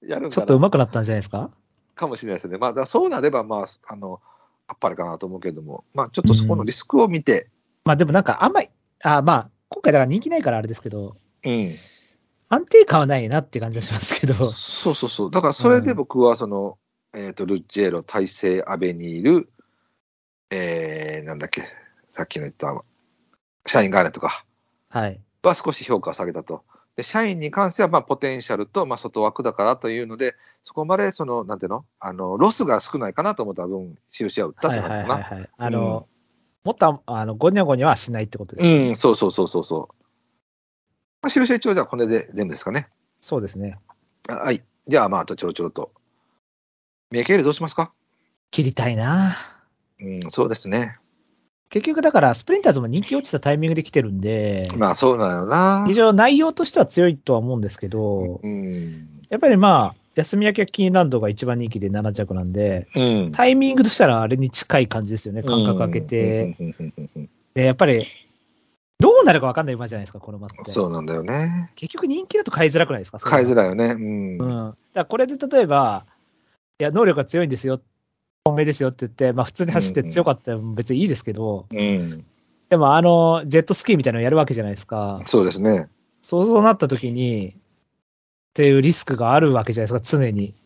Speaker 2: やる
Speaker 1: *laughs*
Speaker 2: ん
Speaker 1: ちょっ
Speaker 2: か
Speaker 1: と
Speaker 2: な
Speaker 1: 上手くなったんじゃないですか
Speaker 2: かもしれないですね。まあ、だからそうなれば、まあ、あの、あっぱれかなと思うけれども、まあ、ちょっとそこのリスクを見て、
Speaker 1: まあでもなんかあんまり、あまあ、今回だから人気ないからあれですけど、
Speaker 2: うん、
Speaker 1: 安定感はないなって感じはしますけ
Speaker 2: *laughs*
Speaker 1: ど。
Speaker 2: そうそうそう。だからそれで僕はその、えっ、と、ルッジェロ、大西、アベニール、えー、なんだっけ、さっきの言った、シャインガーネットか、
Speaker 1: はい。
Speaker 2: は少し評価を下げたと。で、社員に関しては、まあ、ポテンシャルと、まあ、外枠だからというので、そこまで、その、なんていうのあの、ロスが少ないかなと思った分、印は打ったっ
Speaker 1: は
Speaker 2: て
Speaker 1: い
Speaker 2: 感じ
Speaker 1: は
Speaker 2: か
Speaker 1: い
Speaker 2: な。
Speaker 1: はいはい。あの、もっとああの、ごにゃごにゃはしないってことです、ね
Speaker 2: うん、そうそうそうそうそう。まあ、印は一応、じゃあ、これで全部ですかね。
Speaker 1: そうですね。
Speaker 2: あはい。じゃあ、まあ、あとちょろちょろと。メケールどうしますか
Speaker 1: 切りたいな
Speaker 2: うん、そうですね。
Speaker 1: 結局だから、スプリンターズも人気落ちたタイミングで来てるんで、
Speaker 2: まあそうなのよな。
Speaker 1: 非常に内容としては強いとは思うんですけど、
Speaker 2: うん。
Speaker 1: やっぱりまあ、休み明けはキーンランドが一番人気で7着なんで、
Speaker 2: うん。
Speaker 1: タイミングとしたらあれに近い感じですよね、間隔空けて。
Speaker 2: うん。うんうんうんうん
Speaker 1: で、やっぱり、どうなるか分かんない馬じゃないですか、この馬って。
Speaker 2: そうなんだよね。
Speaker 1: 結局人気だと買いづらくないですか
Speaker 2: 変えづ
Speaker 1: ら
Speaker 2: らいよね。うん。
Speaker 1: うん。だからこれで例えば、いや、能力が強いんですよっ本命ですよって言って、まあ普通に走って強かったら別にいいですけど、
Speaker 2: うん。
Speaker 1: でもあの、ジェットスキーみたいなのやるわけじゃないですか。
Speaker 2: そうですね。
Speaker 1: そうそうなった時に、っていうリスクがあるわけじゃないですか、常に。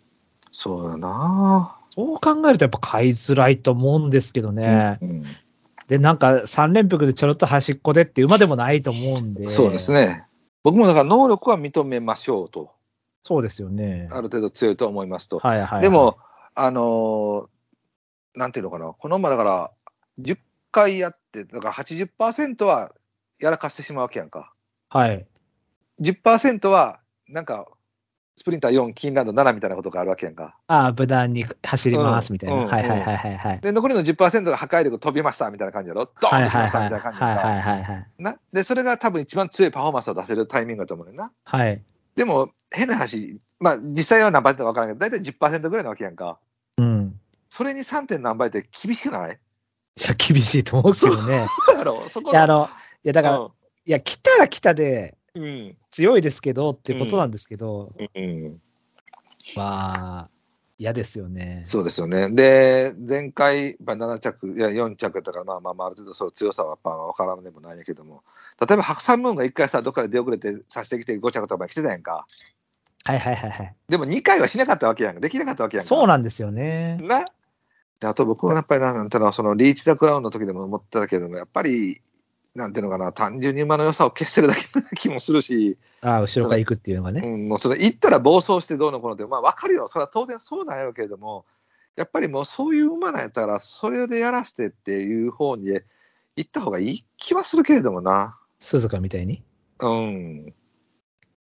Speaker 2: そうだな
Speaker 1: そう考えるとやっぱ買いづらいと思うんですけどね。
Speaker 2: うん
Speaker 1: で、なんか3連複でちょろっと端っこでっていう馬でもないと思うんで。
Speaker 2: そうです。ね。僕もだから能力は認めましょうと。
Speaker 1: そうですよね。
Speaker 2: ある程度強いとは思いますと。
Speaker 1: はいはいはい。
Speaker 2: でも、あのーなんていうのかな、この馬だから、10回やって、だから80%はやらかしてしまうわけやんか。
Speaker 1: はい。
Speaker 2: 10%は、なんか、スプリンター4、キーンランド7みたいなことがあるわけやんか。
Speaker 1: ああ、無難に走りますみたいな。
Speaker 2: うんうん
Speaker 1: はいはいはいはいはい。
Speaker 2: で、残りの10%が破壊力飛びましたみたいな感じやろ。ドーン
Speaker 1: はいはい
Speaker 2: と飛びました
Speaker 1: はい。
Speaker 2: みたいな
Speaker 1: は
Speaker 2: 感
Speaker 1: い
Speaker 2: じやんか。
Speaker 1: はいはいはい。
Speaker 2: なで、それが多分一番強いパフォーマンスを出せるタイミングだと思うねんな。
Speaker 1: はい。
Speaker 2: でも、変な話、まあ、実際は何倍だか分からないけど、大体10%ぐらいなわけやんか。
Speaker 1: うん。
Speaker 2: それに 3. 点何倍って厳しくない
Speaker 1: いや、厳しいと思うけどね。
Speaker 2: そうやろそ
Speaker 1: *laughs*
Speaker 2: こ
Speaker 1: いや、あの、いや、だから、い
Speaker 2: うん
Speaker 1: や、来たら来たで
Speaker 2: うん。
Speaker 1: 強いですけどってことなんですけど、
Speaker 2: うん。
Speaker 1: まあ、嫌ですよね。
Speaker 2: そうですよね。で、前回、まあ、7着、いや、4着だったから、まあまあまあ、ある程度、そう、強さはやっぱ分からんでもないんやけども、例えば、白山ムーンが1回さ、どっかで出遅れて、さしてきて、5着とか来てたやんか。
Speaker 1: はいはいはいはい。
Speaker 2: でも、2回はしなかったわけやんか。できなかったわけやんか。
Speaker 1: そうなんですよね。
Speaker 2: な。であと、僕はやっぱりな、なんていうの、その、リーチ・ザ・クラウンの時でも思ってたけども、やっぱり、なんていうのかな、単純に馬の良さを消してるだけな気もするし、
Speaker 1: ああ、後ろから行くっていうのがね。
Speaker 2: うん、もうそれ行ったら暴走してどうのこうのって、まあ、分かるよ、それは当然そうなんやろうけれども、やっぱりもうそういう馬なんやったら、それでやらせてっていう方に行った方がいい気はするけれどもな、
Speaker 1: 鈴鹿みたいに。
Speaker 2: うん。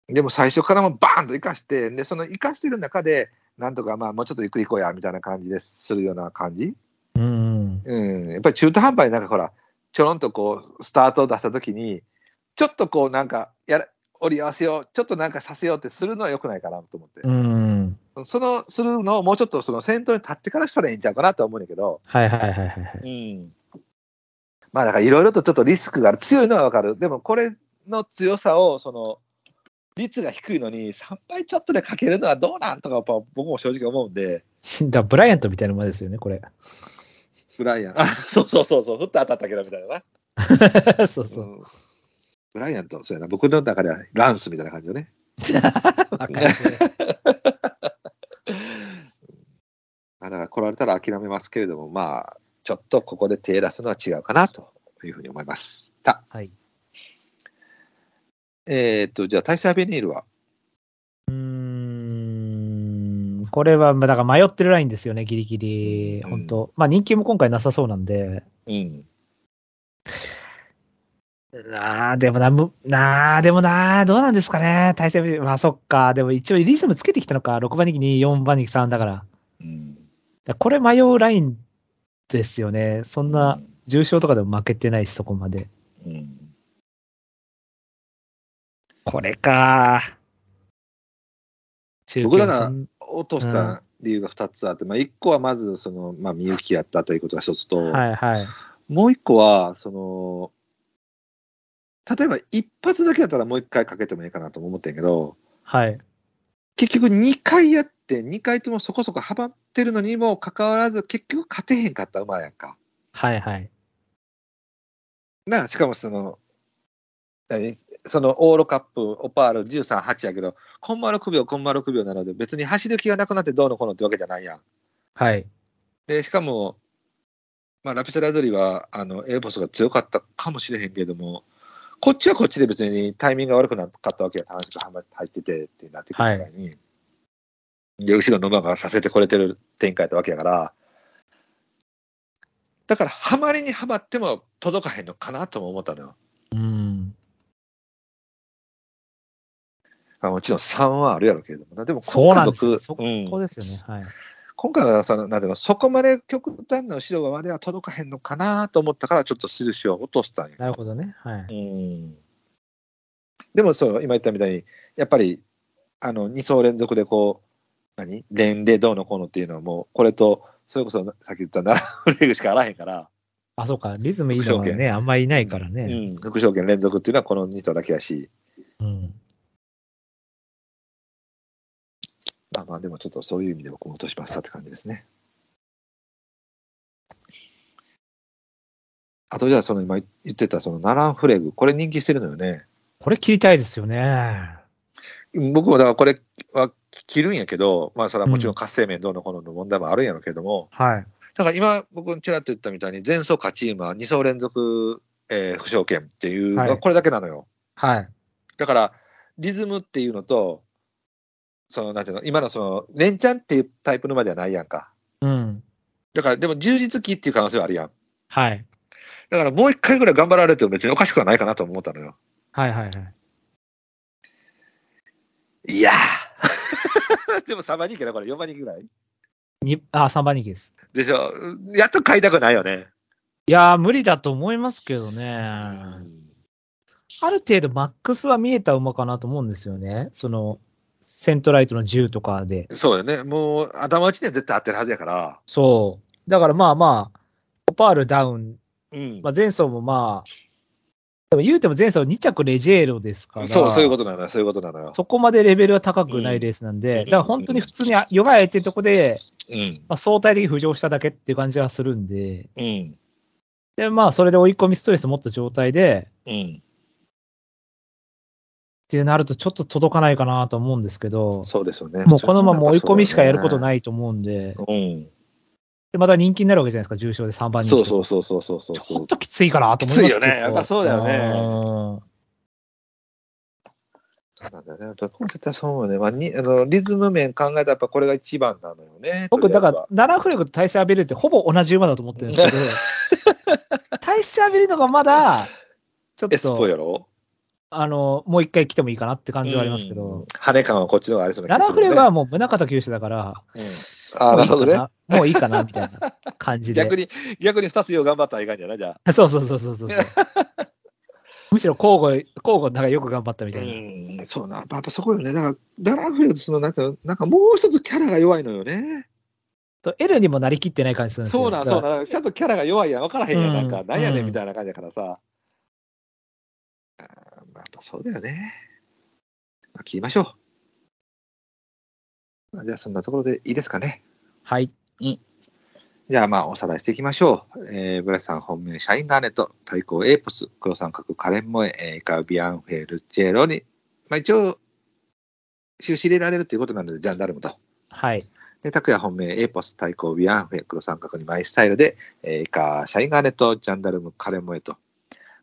Speaker 2: でも最初からもうバーンと生かして、でその生かしてる中で、なんとかまあもうちょっとゆっくり行こうやみたいな感じでするような感じ、
Speaker 1: うん。
Speaker 2: うん、やっぱり中途半端になんかほら、ちょろんとこう、スタートを出したときに、ちょっとこう、なんかやら、折り合わせよう、ちょっとなんかさせようってするのはよくないかなと思って。
Speaker 1: うん。
Speaker 2: そのするのをもうちょっとその先頭に立ってからしたらいいんちゃうかなとは思うんだけど、
Speaker 1: はいはいはいはいはい。
Speaker 2: まあだからいろいろとちょっとリスクがある強いのはわかるでもこれの強さをその率が低いのに3倍ちょっとでかけるのはどうなんとかやっぱ僕も正直思うんで
Speaker 1: だからブライアントみたいなものですよね、これ。 *laughs*
Speaker 2: ブライアンあそうそうそうそうふっと当たったけどみたいなな
Speaker 1: そうそう。
Speaker 2: うんブライアンとそうやな僕の中ではランスみたいな感じよね
Speaker 1: わかるね
Speaker 2: まあだから来られたら諦めますけれどもまあちょっとここで手出すのは違うかなというふうに思いました
Speaker 1: はい。
Speaker 2: えーっとじゃあ大佐ベニールは
Speaker 1: うーんこれは、まあだから迷ってるラインですよね、ギリギリ。
Speaker 2: うん
Speaker 1: 本当、まあ人気も今回なさそうなんで。
Speaker 2: うん
Speaker 1: なあ、でもな、むなあ、でもなあ、どうなんですかね、対戦。まあそっか、でも一応リズムつけてきたのか、6番人気に4番人気3だから。だか
Speaker 2: うん
Speaker 1: らこれ迷うラインですよね。そんな重傷とかでも負けてないし、そこまで。
Speaker 2: うん
Speaker 1: これか。中
Speaker 2: 僕だ
Speaker 1: 堅
Speaker 2: から
Speaker 1: さん
Speaker 2: 落とした理由が2つあって、まあ、1個はまずその、まあ、みゆきやったということが1つと、
Speaker 1: はいはい。
Speaker 2: もう1個はその例えば一発だけだったらもう1回かけてもいいかなとも思ってんけど
Speaker 1: はい。
Speaker 2: 結局2回やって2回ともそこそこはまってるのにもかかわらず結局勝てへんかった馬やんか。
Speaker 1: はいはい。
Speaker 2: なあしかもその何そのオーロカップオパール138やけどコンマ6秒コンマ6秒なので別に走る気がなくなってどうのこうのってわけじゃないやん。
Speaker 1: はい。
Speaker 2: で、しかも、まあ、ラピスラズリは、あの、エーボスが強かったかもしれへんけれども、こっちはこっちで別にタイミングが悪くなかったわけや。話がはま入っててってなってくるからに、で、後ろの馬がさせてこれてる展開やったわけやから、だから、ハマりにはまっても届かへんのかなとも思ったのよ。
Speaker 1: うん。
Speaker 2: あもちろん3はあるやろうけれどもな。でも
Speaker 1: そうなんです
Speaker 2: 僕
Speaker 1: よ。そこですよね。はい。
Speaker 2: 今回はそのなんていうのそこまで極端な後ろまでは届かへんのかなと思ったからちょっと印を落としたんや。
Speaker 1: なるほどね。はい。
Speaker 2: うんでもそう今言ったみたいにやっぱりあの2走連続でこう何連でどうのこうのっていうのはもうこれとそれこそさっき言った7フレグしかあらへんから、
Speaker 1: あ、そうか。リズムいいのは
Speaker 2: 副
Speaker 1: ね、あんまりいないから
Speaker 2: う
Speaker 1: ね。
Speaker 2: ん、副賞券連続っていうのはこの2頭だけやし
Speaker 1: うん。
Speaker 2: まあまあでもちょっとそういう意味で僕も落としましたって感じですね。あとじゃあ、その今言ってた、そのナランフレグ、これ人気してるのよね。
Speaker 1: これ切りたいですよね。
Speaker 2: 僕もだからこれは着るんやけど、まあそれはもちろん活性面どうのこうのの問題もあるんやろうけども、
Speaker 1: はい。
Speaker 2: だから今僕ちらっと言ったみたいに前走勝チームは2走連続、えー、不証券っていうのは
Speaker 1: はい
Speaker 2: これだけなのよ。
Speaker 1: はい。
Speaker 2: だからリズムっていうのと、そのなんていうの、今のその連チャンっていうタイプの馬ではないやんか。
Speaker 1: うん。
Speaker 2: だからでも充実期っていう可能性はあるやん。
Speaker 1: はい。
Speaker 2: だからもう一回ぐらい頑張られても別におかしくはないかなと思ったのよ。
Speaker 1: はいはいはい。
Speaker 2: いやー *laughs* でも3番人気だこれ4番人気ぐらい
Speaker 1: にあ、3番人気です。
Speaker 2: でしょやっと買いたくないよね。
Speaker 1: いやー、無理だと思いますけどね。ある程度、マックスは見えた馬かなと思うんですよね。その、セントライトの10とかで。
Speaker 2: そうだよね。もう頭打ちには絶対合ってるはずやから。
Speaker 1: そう。だからまあまあ、オパールダウン、
Speaker 2: うん
Speaker 1: まあ、前走もまあ、でも言うても前走2着レジェーロですから、
Speaker 2: そう、そういうことなのよ。そういうことなのよ。
Speaker 1: そこまでレベルは高くないレースなん
Speaker 2: うん
Speaker 1: で、だから本当に普通にあ弱い相手のとこで、
Speaker 2: うん。
Speaker 1: まあ、相対的に浮上しただけっていう感じはするんで、
Speaker 2: うん。
Speaker 1: で、まあ、それで追い込みストレス持った状態で、
Speaker 2: うん。
Speaker 1: ってなるとちょっと届かないかなと思うんですけど、
Speaker 2: そうですよね。
Speaker 1: もうこのまま追い込みしかやること
Speaker 2: い。
Speaker 1: ないと思うんで、
Speaker 2: うん。
Speaker 1: でまた人気になるわけじゃないですか、重賞で3番人気。
Speaker 2: そうそうそうそうそうそ
Speaker 1: ち
Speaker 2: う。
Speaker 1: ょっときついかなと思いますけど
Speaker 2: きついよねやっぱそうだよね
Speaker 1: ね。
Speaker 2: そうなんだよね。どこも絶対そうよね。まあ、にあのリズム面考えたらやっぱこれが一番なのよね。
Speaker 1: 僕、だか
Speaker 2: と
Speaker 1: ら、ナランフレグと対戦アベルってほぼ同じ馬だと思ってるんですけど、
Speaker 2: *laughs*
Speaker 1: 対戦アベルのがまだ、ちょっ
Speaker 2: りあえずは、エスポ
Speaker 1: と、
Speaker 2: やろ
Speaker 1: あの、もう一回来てもいいかなって感じはありますけ
Speaker 2: うん
Speaker 1: ど、。
Speaker 2: 羽根感はこっちの方がありそうな
Speaker 1: ナ
Speaker 2: 気が
Speaker 1: ラ
Speaker 2: す
Speaker 1: ンフ
Speaker 2: る
Speaker 1: レ
Speaker 2: ね
Speaker 1: グはもう宗像球種だから、
Speaker 2: うん、あーなるほどね。
Speaker 1: もういいかな、もういいかなみたいな感じで。
Speaker 2: 逆に、逆に2つよう頑張ったらいかんじゃないじゃ
Speaker 1: *laughs*
Speaker 2: あ。
Speaker 1: そうそうそうそう
Speaker 2: *laughs*
Speaker 1: そうそう。むしろ交互、交互なんかよく頑張ったみたいな。
Speaker 2: うん、そうな、やっぱそこよね。だから、ダランフレードそのなんか、なんかもう一つキャラが弱いのよね。
Speaker 1: と、L にもなりきってない感じするんですよ。
Speaker 2: そうなん、
Speaker 1: だか
Speaker 2: そ
Speaker 1: ら
Speaker 2: うなん、ちゃんとキャラが弱いやん、分からへんやん、なんか、
Speaker 1: うん
Speaker 2: なんやね
Speaker 1: うんん
Speaker 2: みたいな感じだからさ。あーまあやっぱそうだよね。まあ、切りましょう。まあじゃあ、そんなところでいいですかね。
Speaker 1: はい。
Speaker 2: じゃあまあおさらいしていきましょう。えー、ブラさん本命シャインガーネット、対抗エーポス、黒三角カレンモエ、えー、イカビアンフェルチェロに、まあ一応、印入れられるということなので、ジャンダルムと。
Speaker 1: はい。
Speaker 2: で、拓也本命エーポス、対抗ビアンフェ、黒三角にマイスタイルで、えー、イカシャインガーネット、ジャンダルム、カレンモエと。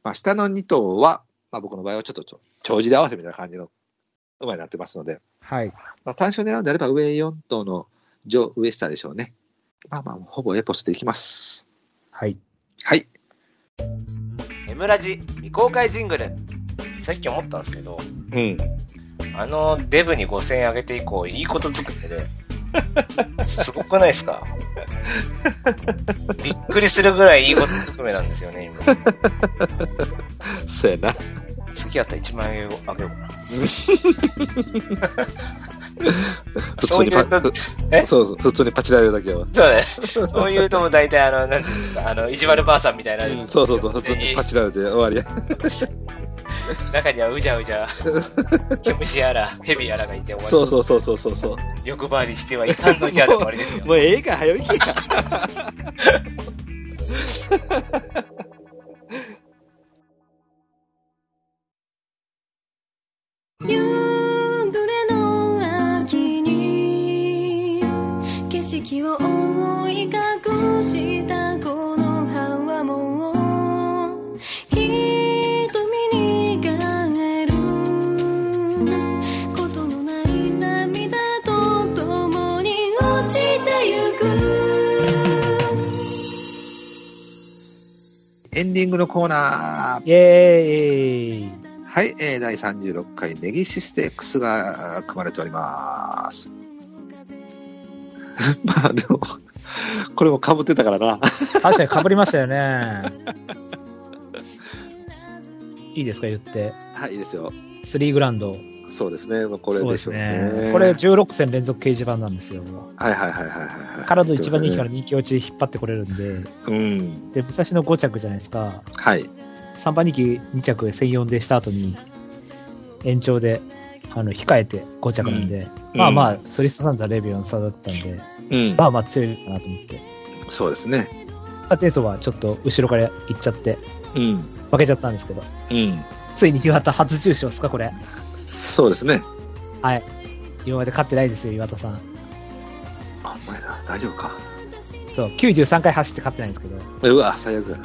Speaker 2: まあ下の2頭は、まあ僕の場合はちょっとちょ長寿で合わせみたいな感じの馬になってますので、
Speaker 1: はい。
Speaker 2: まあ単勝狙うんであれば上4頭の上、上下でしょうね。まあまあ、ほぼエーポスでいきます。
Speaker 1: はい。
Speaker 2: はい。
Speaker 3: エムラジ未公開ジングル。さっき思ったんですけど、
Speaker 2: うん。
Speaker 3: あのデブに5000円あげて以降、いいことずくめで、すごくないですかびっくりするぐらいいいことずくめなんですよね、今。
Speaker 2: そうやな。
Speaker 3: 次やったら1万円あげようかな。
Speaker 2: 普
Speaker 3: そ
Speaker 2: 通
Speaker 3: うい
Speaker 2: に
Speaker 3: う
Speaker 2: パ
Speaker 3: と、え
Speaker 2: そうそう、普通にパチられるだけやわ。
Speaker 3: そうね。そういうとも大体、あの、なんていうんですか、あの、意地悪ばあさんみたいな、
Speaker 2: うんそうそうそう、普通にパチられて終わりや。
Speaker 3: 中にはうじゃ
Speaker 2: *laughs*
Speaker 3: うじゃ、毛虫やら、蛇やらがいて終わり。
Speaker 2: そうそうそうそうそうそう。
Speaker 3: 欲張りしてはいかんのじゃで終わりですよ。
Speaker 2: もうええか、早いけや。
Speaker 4: 夕暮れの秋に景色を覆い隠したこの葉はもう瞳に輝えることのない涙と共に落ちてゆく
Speaker 2: エンディングのコーナー。
Speaker 1: イェーイ
Speaker 2: はい、えー、第36回ネギシステックスが組まれております。 *laughs* まあでも、これも被ってたからな。
Speaker 1: 確かに被りましたよね。 *laughs* いいですか、言って。
Speaker 2: はい、いいですよ。
Speaker 1: スリーグラウンド。
Speaker 2: そうですね。まあこれでしょうね。
Speaker 1: そうですこれ16戦連続掲示板なんですよ。
Speaker 2: はいはいはいはいはいはい。
Speaker 1: からの一番人気から人気落ち引っ張ってこれるんで。
Speaker 2: うん。
Speaker 1: で、武蔵野5着じゃないですか。
Speaker 2: はい。
Speaker 1: 3番人気2着専用でした後に、延長で、あの、控えて5着なんで、
Speaker 2: うん
Speaker 1: まあまあ、ソリストさんとはレビューの差だったんで、
Speaker 2: うん。
Speaker 1: まあまあ強いかなと思って。
Speaker 2: そうですね。
Speaker 1: まあ、前走はちょっと後ろから行っちゃって、
Speaker 2: うん。
Speaker 1: 負けちゃったんですけど、
Speaker 2: うん。
Speaker 1: ついに岩田初重賞ですか、これ。
Speaker 2: そうですね。
Speaker 1: はい。今まで勝ってないですよ、岩田さん。
Speaker 2: あ、お前ら、大丈夫か。
Speaker 1: そう、93回走って勝ってないんですけど、
Speaker 2: うわ、最 *laughs* 悪だ。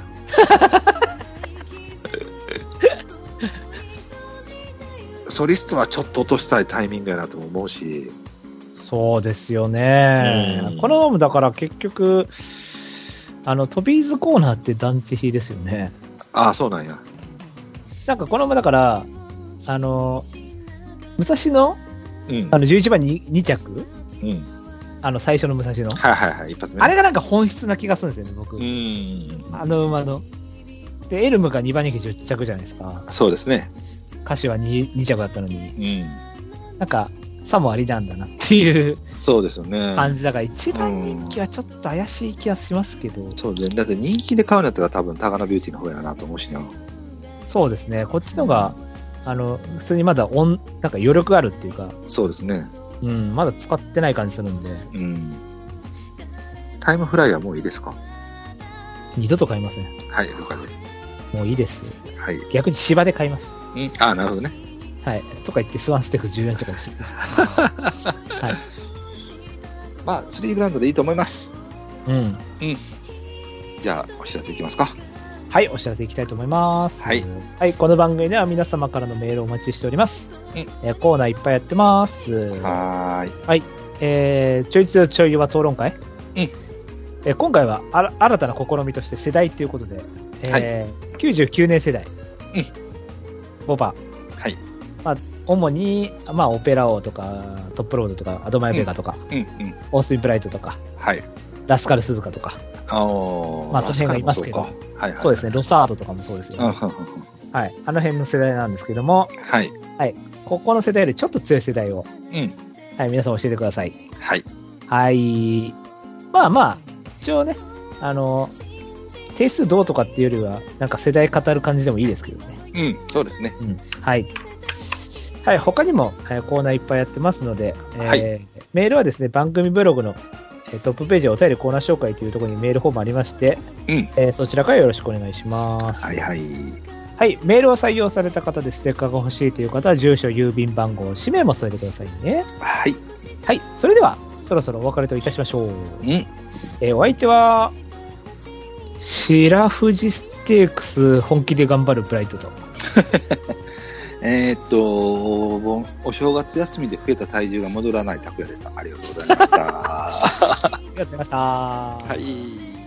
Speaker 2: ソリストはちょっと落としたいタイミングやなとも思うし、
Speaker 1: そうですよね
Speaker 2: うん。
Speaker 1: このままだから結局、あの、トビーズコーナーって団地比ですよね。
Speaker 2: ああ、そうなんや。
Speaker 1: なんかこのままだから、あの、武蔵野、
Speaker 2: うん。
Speaker 1: あの、11番に2着
Speaker 2: うん。
Speaker 1: あの、最初の武蔵野。
Speaker 2: はいはいはい、一発目。
Speaker 1: あれがなんか本質な気がするんですよね、僕。
Speaker 2: うん。
Speaker 1: あの馬の。で、エルムが2番人気10着じゃないですか。
Speaker 2: そうですね。
Speaker 1: 歌手は 2, 2着だったのに。
Speaker 2: うん。
Speaker 1: なんか、差もありなんだなっていう
Speaker 2: そうですよね。
Speaker 1: 感じだから、一番人気はちょっと怪しい気がしますけど、
Speaker 2: そうね。だって人気で買うんだったら多分、タガナビューティーの方やなと思うしな。
Speaker 1: そうですね、こっちのが、あの、普通にまだオン、なんか余力あるっていうか、
Speaker 2: そうですね。
Speaker 1: うん、まだ使ってない感じするんで、
Speaker 2: うん。タイムフライはもういいですか
Speaker 1: 二度と買いません。
Speaker 2: はい、了解です。
Speaker 1: もういいです。
Speaker 2: はい。
Speaker 1: 逆に芝で買います。
Speaker 2: うん、ああ、なるほどね。
Speaker 1: はい。とか言って、スワンステーク14着にしてます。はい。
Speaker 2: まあ、スリーグラウンドでいいと思います。
Speaker 1: うん。
Speaker 2: じゃあ、お知らせいきますか。
Speaker 1: はい、お知らせいきたいと思います。
Speaker 2: はい。
Speaker 1: はい、この番組では皆様からのメールをお待ちしております。
Speaker 2: うん
Speaker 1: えーコーナーいっぱいやってます。
Speaker 2: はーい。
Speaker 1: えーちょいつよちょいは討論会。
Speaker 2: ん
Speaker 1: えー今回はあら新たな試みとして世代ということで、えー99年世代、ボバ、
Speaker 2: はい。
Speaker 1: 主に、まあ、オペラ王とか、トップロードとか、アドマイベガとか、
Speaker 2: うん、うん。
Speaker 1: オースイン・ブライトとか、
Speaker 2: はい。
Speaker 1: ラスカル・スズカとか、
Speaker 2: あー
Speaker 1: まあその辺がいますけど
Speaker 2: そうかはいはい。
Speaker 1: そうです
Speaker 2: ね。
Speaker 1: ね、ロサードとかもそうですよ、
Speaker 2: うんうんうん
Speaker 1: ね。はい。あの辺の世代なんですけども、
Speaker 2: はい。
Speaker 1: ここの世代よりちょっと強い世代を、
Speaker 2: うん。
Speaker 1: はい、皆さん教えてください。
Speaker 2: はい。
Speaker 1: はい。まあまあ、一応ね、あの、定数どうとかっていうよりは、なんか世代語る感じでもいいですけどね。
Speaker 2: うん、そうですね。
Speaker 1: うん。はい。はい、他にも、えーコーナーいっぱいやってますので、えー
Speaker 2: はい
Speaker 1: メールはですね、番組ブログのえートップページお便りコーナー紹介というところにメールフォームありまして、
Speaker 2: うん。
Speaker 1: えーそちらからよろしくお願いします。
Speaker 2: はいはい。
Speaker 1: はい、メールを採用された方でステッカーが欲しいという方は、住所、郵便番号、氏名も添えてくださいね。
Speaker 2: はい。
Speaker 1: はい、それでは、そろそろお別れといたしましょう。
Speaker 2: うん。
Speaker 1: えーお相手は、白富士ステークス本気で頑張るブライトと。
Speaker 2: えーっと、お盆お正月休みで増えた体 *laughs* 重が戻らない拓也でした。ありがとうございました。は。
Speaker 1: ありがとうございました。はい